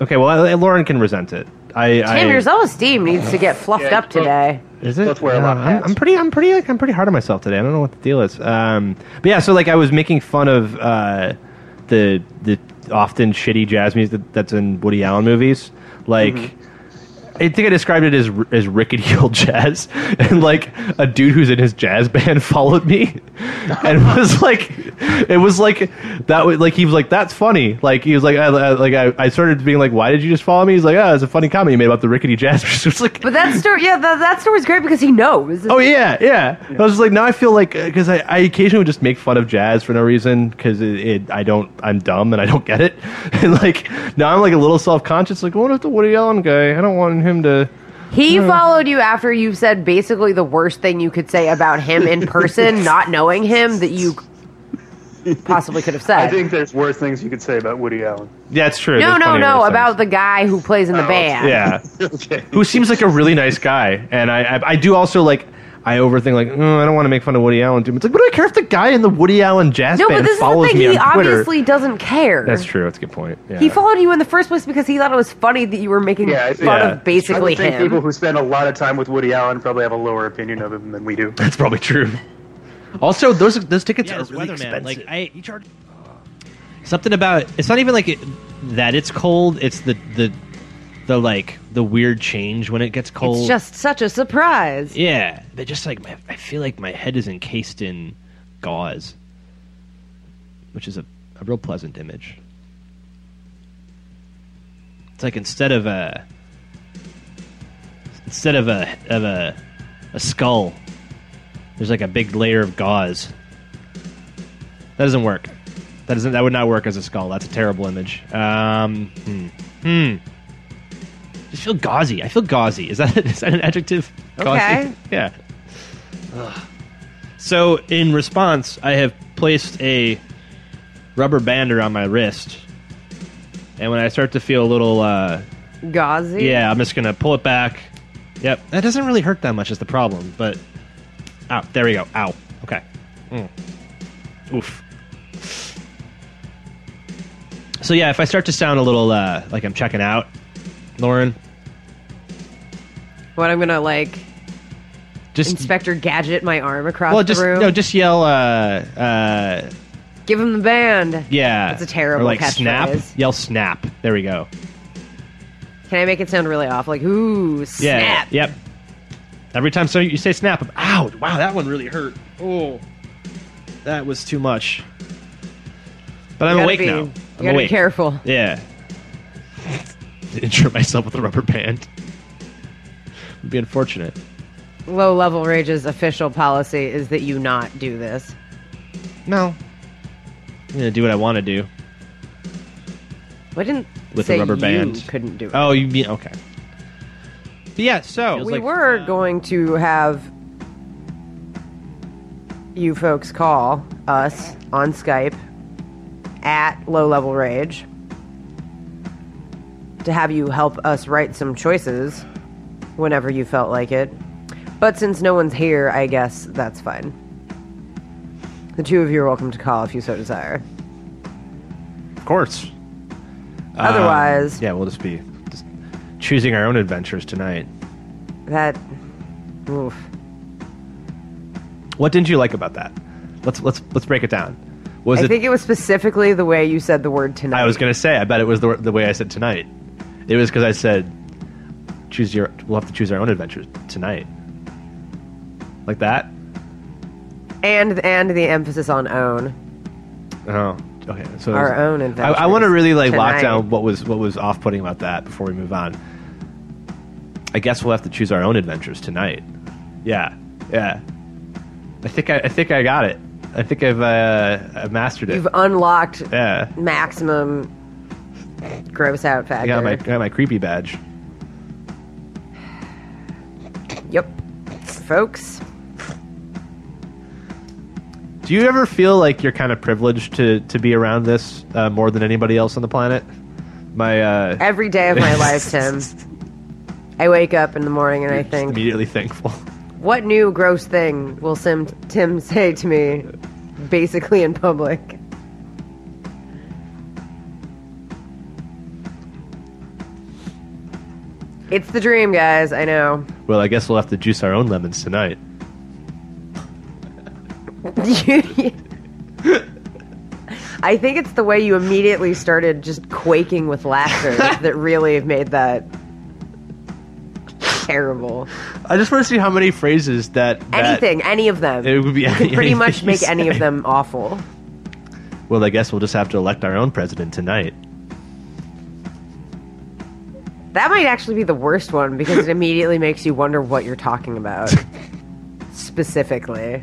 [SPEAKER 2] Okay, well, I, Lauren can resent it. I, I
[SPEAKER 1] your self-esteem needs to get fluffed
[SPEAKER 9] Yeah,
[SPEAKER 1] up today.
[SPEAKER 2] Is it?
[SPEAKER 9] Let's wear a
[SPEAKER 2] Yeah,
[SPEAKER 9] lot of
[SPEAKER 2] I'm,
[SPEAKER 9] hats.
[SPEAKER 2] I'm pretty. I'm pretty. Like, I'm pretty hard on myself today. I don't know what the deal is. Um, but yeah, so like I was making fun of uh, the the often shitty jazz music that, that's in Woody Allen movies. Like,
[SPEAKER 9] Mm-hmm.
[SPEAKER 2] I think I described it as as rickety old jazz, and like a dude who's in his jazz band followed me, and was like, it was like that. Was, like he was like, that's funny. Like he was like, I, I- like I, I started being like, why did you just follow me? He's like, oh, it's a funny comment you made about the rickety jazz. It's like,
[SPEAKER 1] But that story, yeah, that, that story's great because he knows.
[SPEAKER 2] Oh yeah, yeah. I was just like, now I feel like because I, I occasionally would just make fun of jazz for no reason because it, it I don't I'm dumb and I don't get it, and like now I'm like a little self conscious. Like, what if the Woody Allen guy? I don't want him to.
[SPEAKER 1] He
[SPEAKER 9] Hmm.
[SPEAKER 1] followed you after you said basically the worst thing you could say about him in person, not knowing him, that you possibly could have said.
[SPEAKER 9] I think there's worse things you could say about Woody Allen.
[SPEAKER 2] Yeah, it's true.
[SPEAKER 1] no,
[SPEAKER 2] There's
[SPEAKER 1] no,
[SPEAKER 2] plenty of
[SPEAKER 1] no,
[SPEAKER 2] worse
[SPEAKER 1] about the guy who plays in
[SPEAKER 9] Oh,
[SPEAKER 1] the
[SPEAKER 2] things.
[SPEAKER 1] band.
[SPEAKER 2] yeah,
[SPEAKER 9] okay.
[SPEAKER 2] who seems like a really nice guy, and I I, I do also like. I overthink like "Mm, I don't want to make fun of Woody Allen too. much." It's like, what do I care if the guy in the Woody Allen jazz
[SPEAKER 1] No,
[SPEAKER 2] band
[SPEAKER 1] but this is the
[SPEAKER 2] follows
[SPEAKER 1] thing.
[SPEAKER 2] me
[SPEAKER 1] He
[SPEAKER 2] on Twitter?
[SPEAKER 1] obviously doesn't care.
[SPEAKER 2] That's true. That's a good point. Yeah.
[SPEAKER 1] He followed you in the first place because he thought it was funny that you were making
[SPEAKER 9] Yeah, I think-
[SPEAKER 1] fun
[SPEAKER 2] Yeah.
[SPEAKER 1] of basically
[SPEAKER 9] I would think
[SPEAKER 1] him.
[SPEAKER 9] people who spend a lot of time with Woody Allen probably have a lower opinion of him than we do.
[SPEAKER 2] That's probably true. Also, those those tickets
[SPEAKER 6] Yeah,
[SPEAKER 2] are
[SPEAKER 6] this
[SPEAKER 2] really
[SPEAKER 6] weatherman,
[SPEAKER 2] expensive.
[SPEAKER 6] like,
[SPEAKER 2] I, you charge something about it's not even like it, that. It's cold. It's the the the like the weird change when it gets cold.
[SPEAKER 1] It's just such a surprise.
[SPEAKER 6] Yeah, but just like my, I feel like my head is encased in gauze, which is a, a real pleasant image. It's like instead of a instead of a of a a skull, there's like a big layer of gauze. That doesn't work. That doesn't. That would not work as a skull. That's a terrible image. Um, hmm. Hmm. Just feel gauzy. I feel gauzy. Is that is that an adjective?
[SPEAKER 1] Okay.
[SPEAKER 6] Yeah. Ugh. So in response, I have placed a rubber band around my wrist, and when I start to feel a little, uh,
[SPEAKER 1] Gauzy.
[SPEAKER 6] yeah, I'm just gonna pull it back. Yep, that doesn't really hurt that much. Is the problem? But ow, there we go. Ow. Okay. Mm. Oof. So yeah, if I start to sound a little uh, like I'm checking out, Lauren,
[SPEAKER 1] What I'm gonna like
[SPEAKER 6] just
[SPEAKER 1] Inspector Gadget my arm across
[SPEAKER 6] well,
[SPEAKER 1] the
[SPEAKER 6] just
[SPEAKER 1] room.
[SPEAKER 6] no, just yell. Uh, uh,
[SPEAKER 1] Give him the band.
[SPEAKER 6] Yeah.
[SPEAKER 1] That's a terrible
[SPEAKER 6] Or like
[SPEAKER 1] catchphrase.
[SPEAKER 6] snap. Yell snap. There we go.
[SPEAKER 1] Can I make it sound really off? Like ooh,
[SPEAKER 6] Yeah.
[SPEAKER 1] snap.
[SPEAKER 6] Yep. Every time so you say snap, I'm out. Wow, that one really hurt. Oh. That was too much. But
[SPEAKER 1] You
[SPEAKER 6] I'm
[SPEAKER 1] gotta
[SPEAKER 6] awake
[SPEAKER 1] be-
[SPEAKER 6] now.
[SPEAKER 1] You
[SPEAKER 6] I'm
[SPEAKER 1] gotta
[SPEAKER 6] awake.
[SPEAKER 1] be careful.
[SPEAKER 6] Yeah. Injure myself with a rubber band. Would be unfortunate.
[SPEAKER 1] Low level rage's official policy is that you not do this.
[SPEAKER 6] No. I'm gonna do what I want to do.
[SPEAKER 1] I didn't
[SPEAKER 6] With a
[SPEAKER 1] say
[SPEAKER 6] rubber
[SPEAKER 1] you
[SPEAKER 6] band.
[SPEAKER 1] couldn't do it.
[SPEAKER 6] Oh, you mean okay. But yeah, so
[SPEAKER 1] we were going to have you folks call us on Skype at Low Level Rage to have you help us write some choices whenever you felt like it. But since no one's here, I guess that's fine. The two of you are welcome to call if you so desire.
[SPEAKER 2] Of course.
[SPEAKER 6] Um,
[SPEAKER 1] Otherwise-
[SPEAKER 2] Uh, yeah, we'll just be just choosing our own adventures tonight.
[SPEAKER 1] That. Oof.
[SPEAKER 2] What didn't you like about that? Let's let's let's break it down. Was
[SPEAKER 1] I
[SPEAKER 2] it?
[SPEAKER 1] think it was specifically the way you said the word tonight.
[SPEAKER 2] I was gonna say. I bet it was the the way I said tonight. It was because I said choose your. We'll have to choose our own adventures tonight. Like that.
[SPEAKER 1] and and the emphasis on own
[SPEAKER 2] Oh, okay. So
[SPEAKER 1] our own
[SPEAKER 2] I,
[SPEAKER 1] adventures.
[SPEAKER 2] I want to really like lock
[SPEAKER 1] tonight.
[SPEAKER 2] down what was what was off putting about that before we move on. I guess we'll have to choose our own adventures tonight. Yeah, yeah. I think I, I think I got it. I think I've uh, I've mastered it.
[SPEAKER 1] You've unlocked
[SPEAKER 2] yeah,
[SPEAKER 1] maximum gross out
[SPEAKER 2] I
[SPEAKER 1] factor.
[SPEAKER 2] got my I got my creepy badge.
[SPEAKER 1] Yep, folks.
[SPEAKER 2] Do you ever feel like you're kind of privileged to to be around this uh, more than anybody else on the planet? My uh,
[SPEAKER 1] Every day of my life, Tim. I wake up in the morning and I
[SPEAKER 2] just
[SPEAKER 1] think,
[SPEAKER 2] immediately thankful.
[SPEAKER 1] what new gross thing will Sim Tim say to me, basically in public? It's the dream, guys. I know.
[SPEAKER 2] Well, I guess we'll have to juice our own lemons tonight.
[SPEAKER 1] I think it's the way you immediately started just quaking with laughter that really made that terrible.
[SPEAKER 2] I just want to see how many phrases that, that
[SPEAKER 1] Anything, any of them.
[SPEAKER 2] It would be
[SPEAKER 1] you could pretty
[SPEAKER 2] anything
[SPEAKER 1] much
[SPEAKER 2] you
[SPEAKER 1] make any of
[SPEAKER 2] say.
[SPEAKER 1] them awful.
[SPEAKER 2] Well, I guess we'll just have to elect our own president tonight.
[SPEAKER 1] That might actually be the worst one because it immediately makes you wonder what you're talking about. Specifically.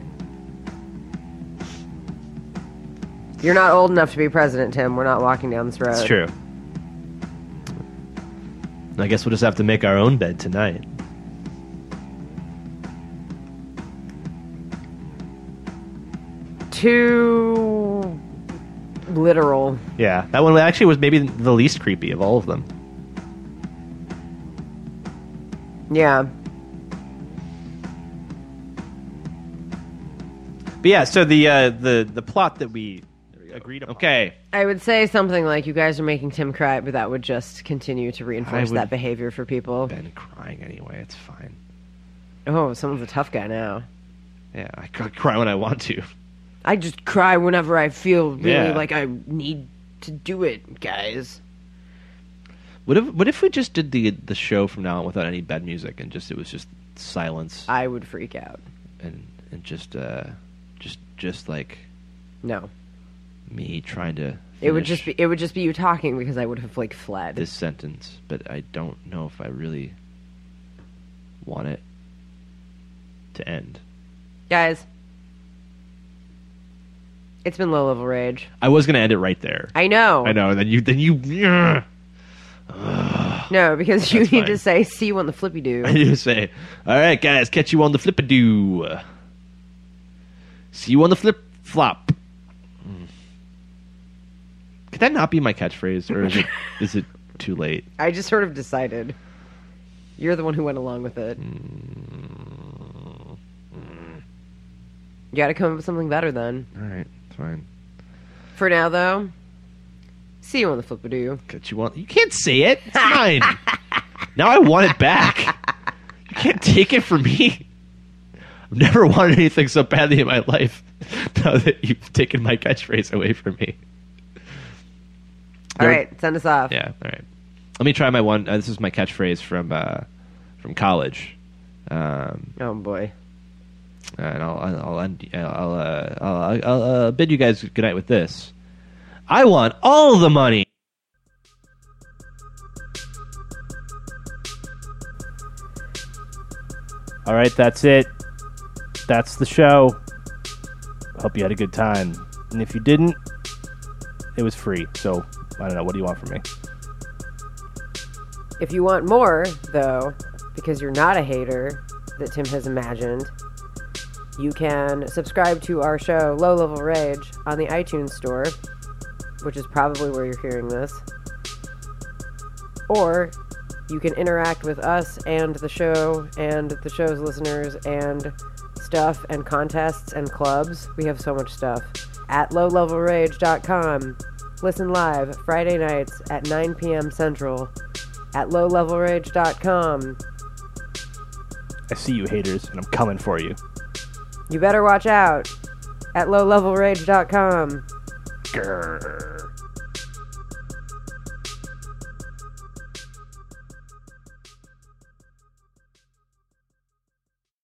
[SPEAKER 1] You're not old enough to be president, Tim. We're not walking down this road.
[SPEAKER 2] It's true. I guess we'll just have to make our own bed tonight.
[SPEAKER 1] Too literal.
[SPEAKER 2] Yeah, that one actually was maybe the least creepy of all of them.
[SPEAKER 1] Yeah.
[SPEAKER 2] But yeah, so the uh, the the plot that we agreed upon. Okay,
[SPEAKER 1] I would say something like, "You guys are making Tim cry," but that would just continue to reinforce
[SPEAKER 2] would-
[SPEAKER 1] that behavior for people.
[SPEAKER 2] been crying anyway. It's fine.
[SPEAKER 1] Oh, someone's a tough guy now.
[SPEAKER 2] Yeah, I c- cry when I want to.
[SPEAKER 1] I just cry whenever I feel really
[SPEAKER 2] Yeah.
[SPEAKER 1] like I need to do it, guys.
[SPEAKER 2] What if what if we just did the the show from now on without any bed music and just it was just silence
[SPEAKER 1] I would freak out.
[SPEAKER 2] and and just uh just just like
[SPEAKER 1] No,
[SPEAKER 2] me trying to.
[SPEAKER 1] it would just
[SPEAKER 2] finish-
[SPEAKER 1] be it would just be you talking because I would have like fled.
[SPEAKER 2] this sentence, but I don't know if I really want it to end.
[SPEAKER 1] guys, it's been low level rage.
[SPEAKER 2] I was gonna end it right there.
[SPEAKER 1] I know.
[SPEAKER 2] I know. Then you. Then you. Yeah.
[SPEAKER 1] No, because you
[SPEAKER 2] That's
[SPEAKER 1] need
[SPEAKER 2] fine.
[SPEAKER 1] to say "see you on the flippy do."
[SPEAKER 2] I do say, all right, guys, catch you on the flippadoo. See you on the flip flop. Mm. Could that not be my catchphrase, or is it, is it too late?
[SPEAKER 1] I just sort of decided. You're the one who went along with it. You gotta come up with something better then.
[SPEAKER 2] All right, fine.
[SPEAKER 1] For now, though, see you on the flippadoo.
[SPEAKER 2] Catch you on. You can't say it. It's mine. now I want it back. You can't take it from me. I've never wanted anything so badly in my life. Now that you've taken my catchphrase away from me.
[SPEAKER 1] All
[SPEAKER 2] You're-
[SPEAKER 1] right, send us off.
[SPEAKER 2] Yeah. All right. Let me try my one. Uh, this is my catchphrase from uh, from college, um,
[SPEAKER 1] Oh boy.
[SPEAKER 2] and I'll I'll end, I'll uh, I'll, I'll uh, bid you guys good night with this. I want all the money.
[SPEAKER 6] All right, that's it. That's the show. Hope you had a good time. And if you didn't, it was free. So I don't know. What do you want from me?
[SPEAKER 1] If you want more, though, because you're not a hater that Tim has imagined, you can subscribe to our show, Low Level Rage, on the iTunes Store, which is probably where you're hearing this. Or you can interact with us and the show and the show's listeners and stuff and contests and clubs. We have so much stuff. At lowlevelrage.com. Listen live Friday nights at 9 p.m. Central. At lowlevelrage.com.
[SPEAKER 2] I see you haters, and I'm coming for you.
[SPEAKER 1] You better watch out. At lowlevelrage.com.
[SPEAKER 2] Grrr.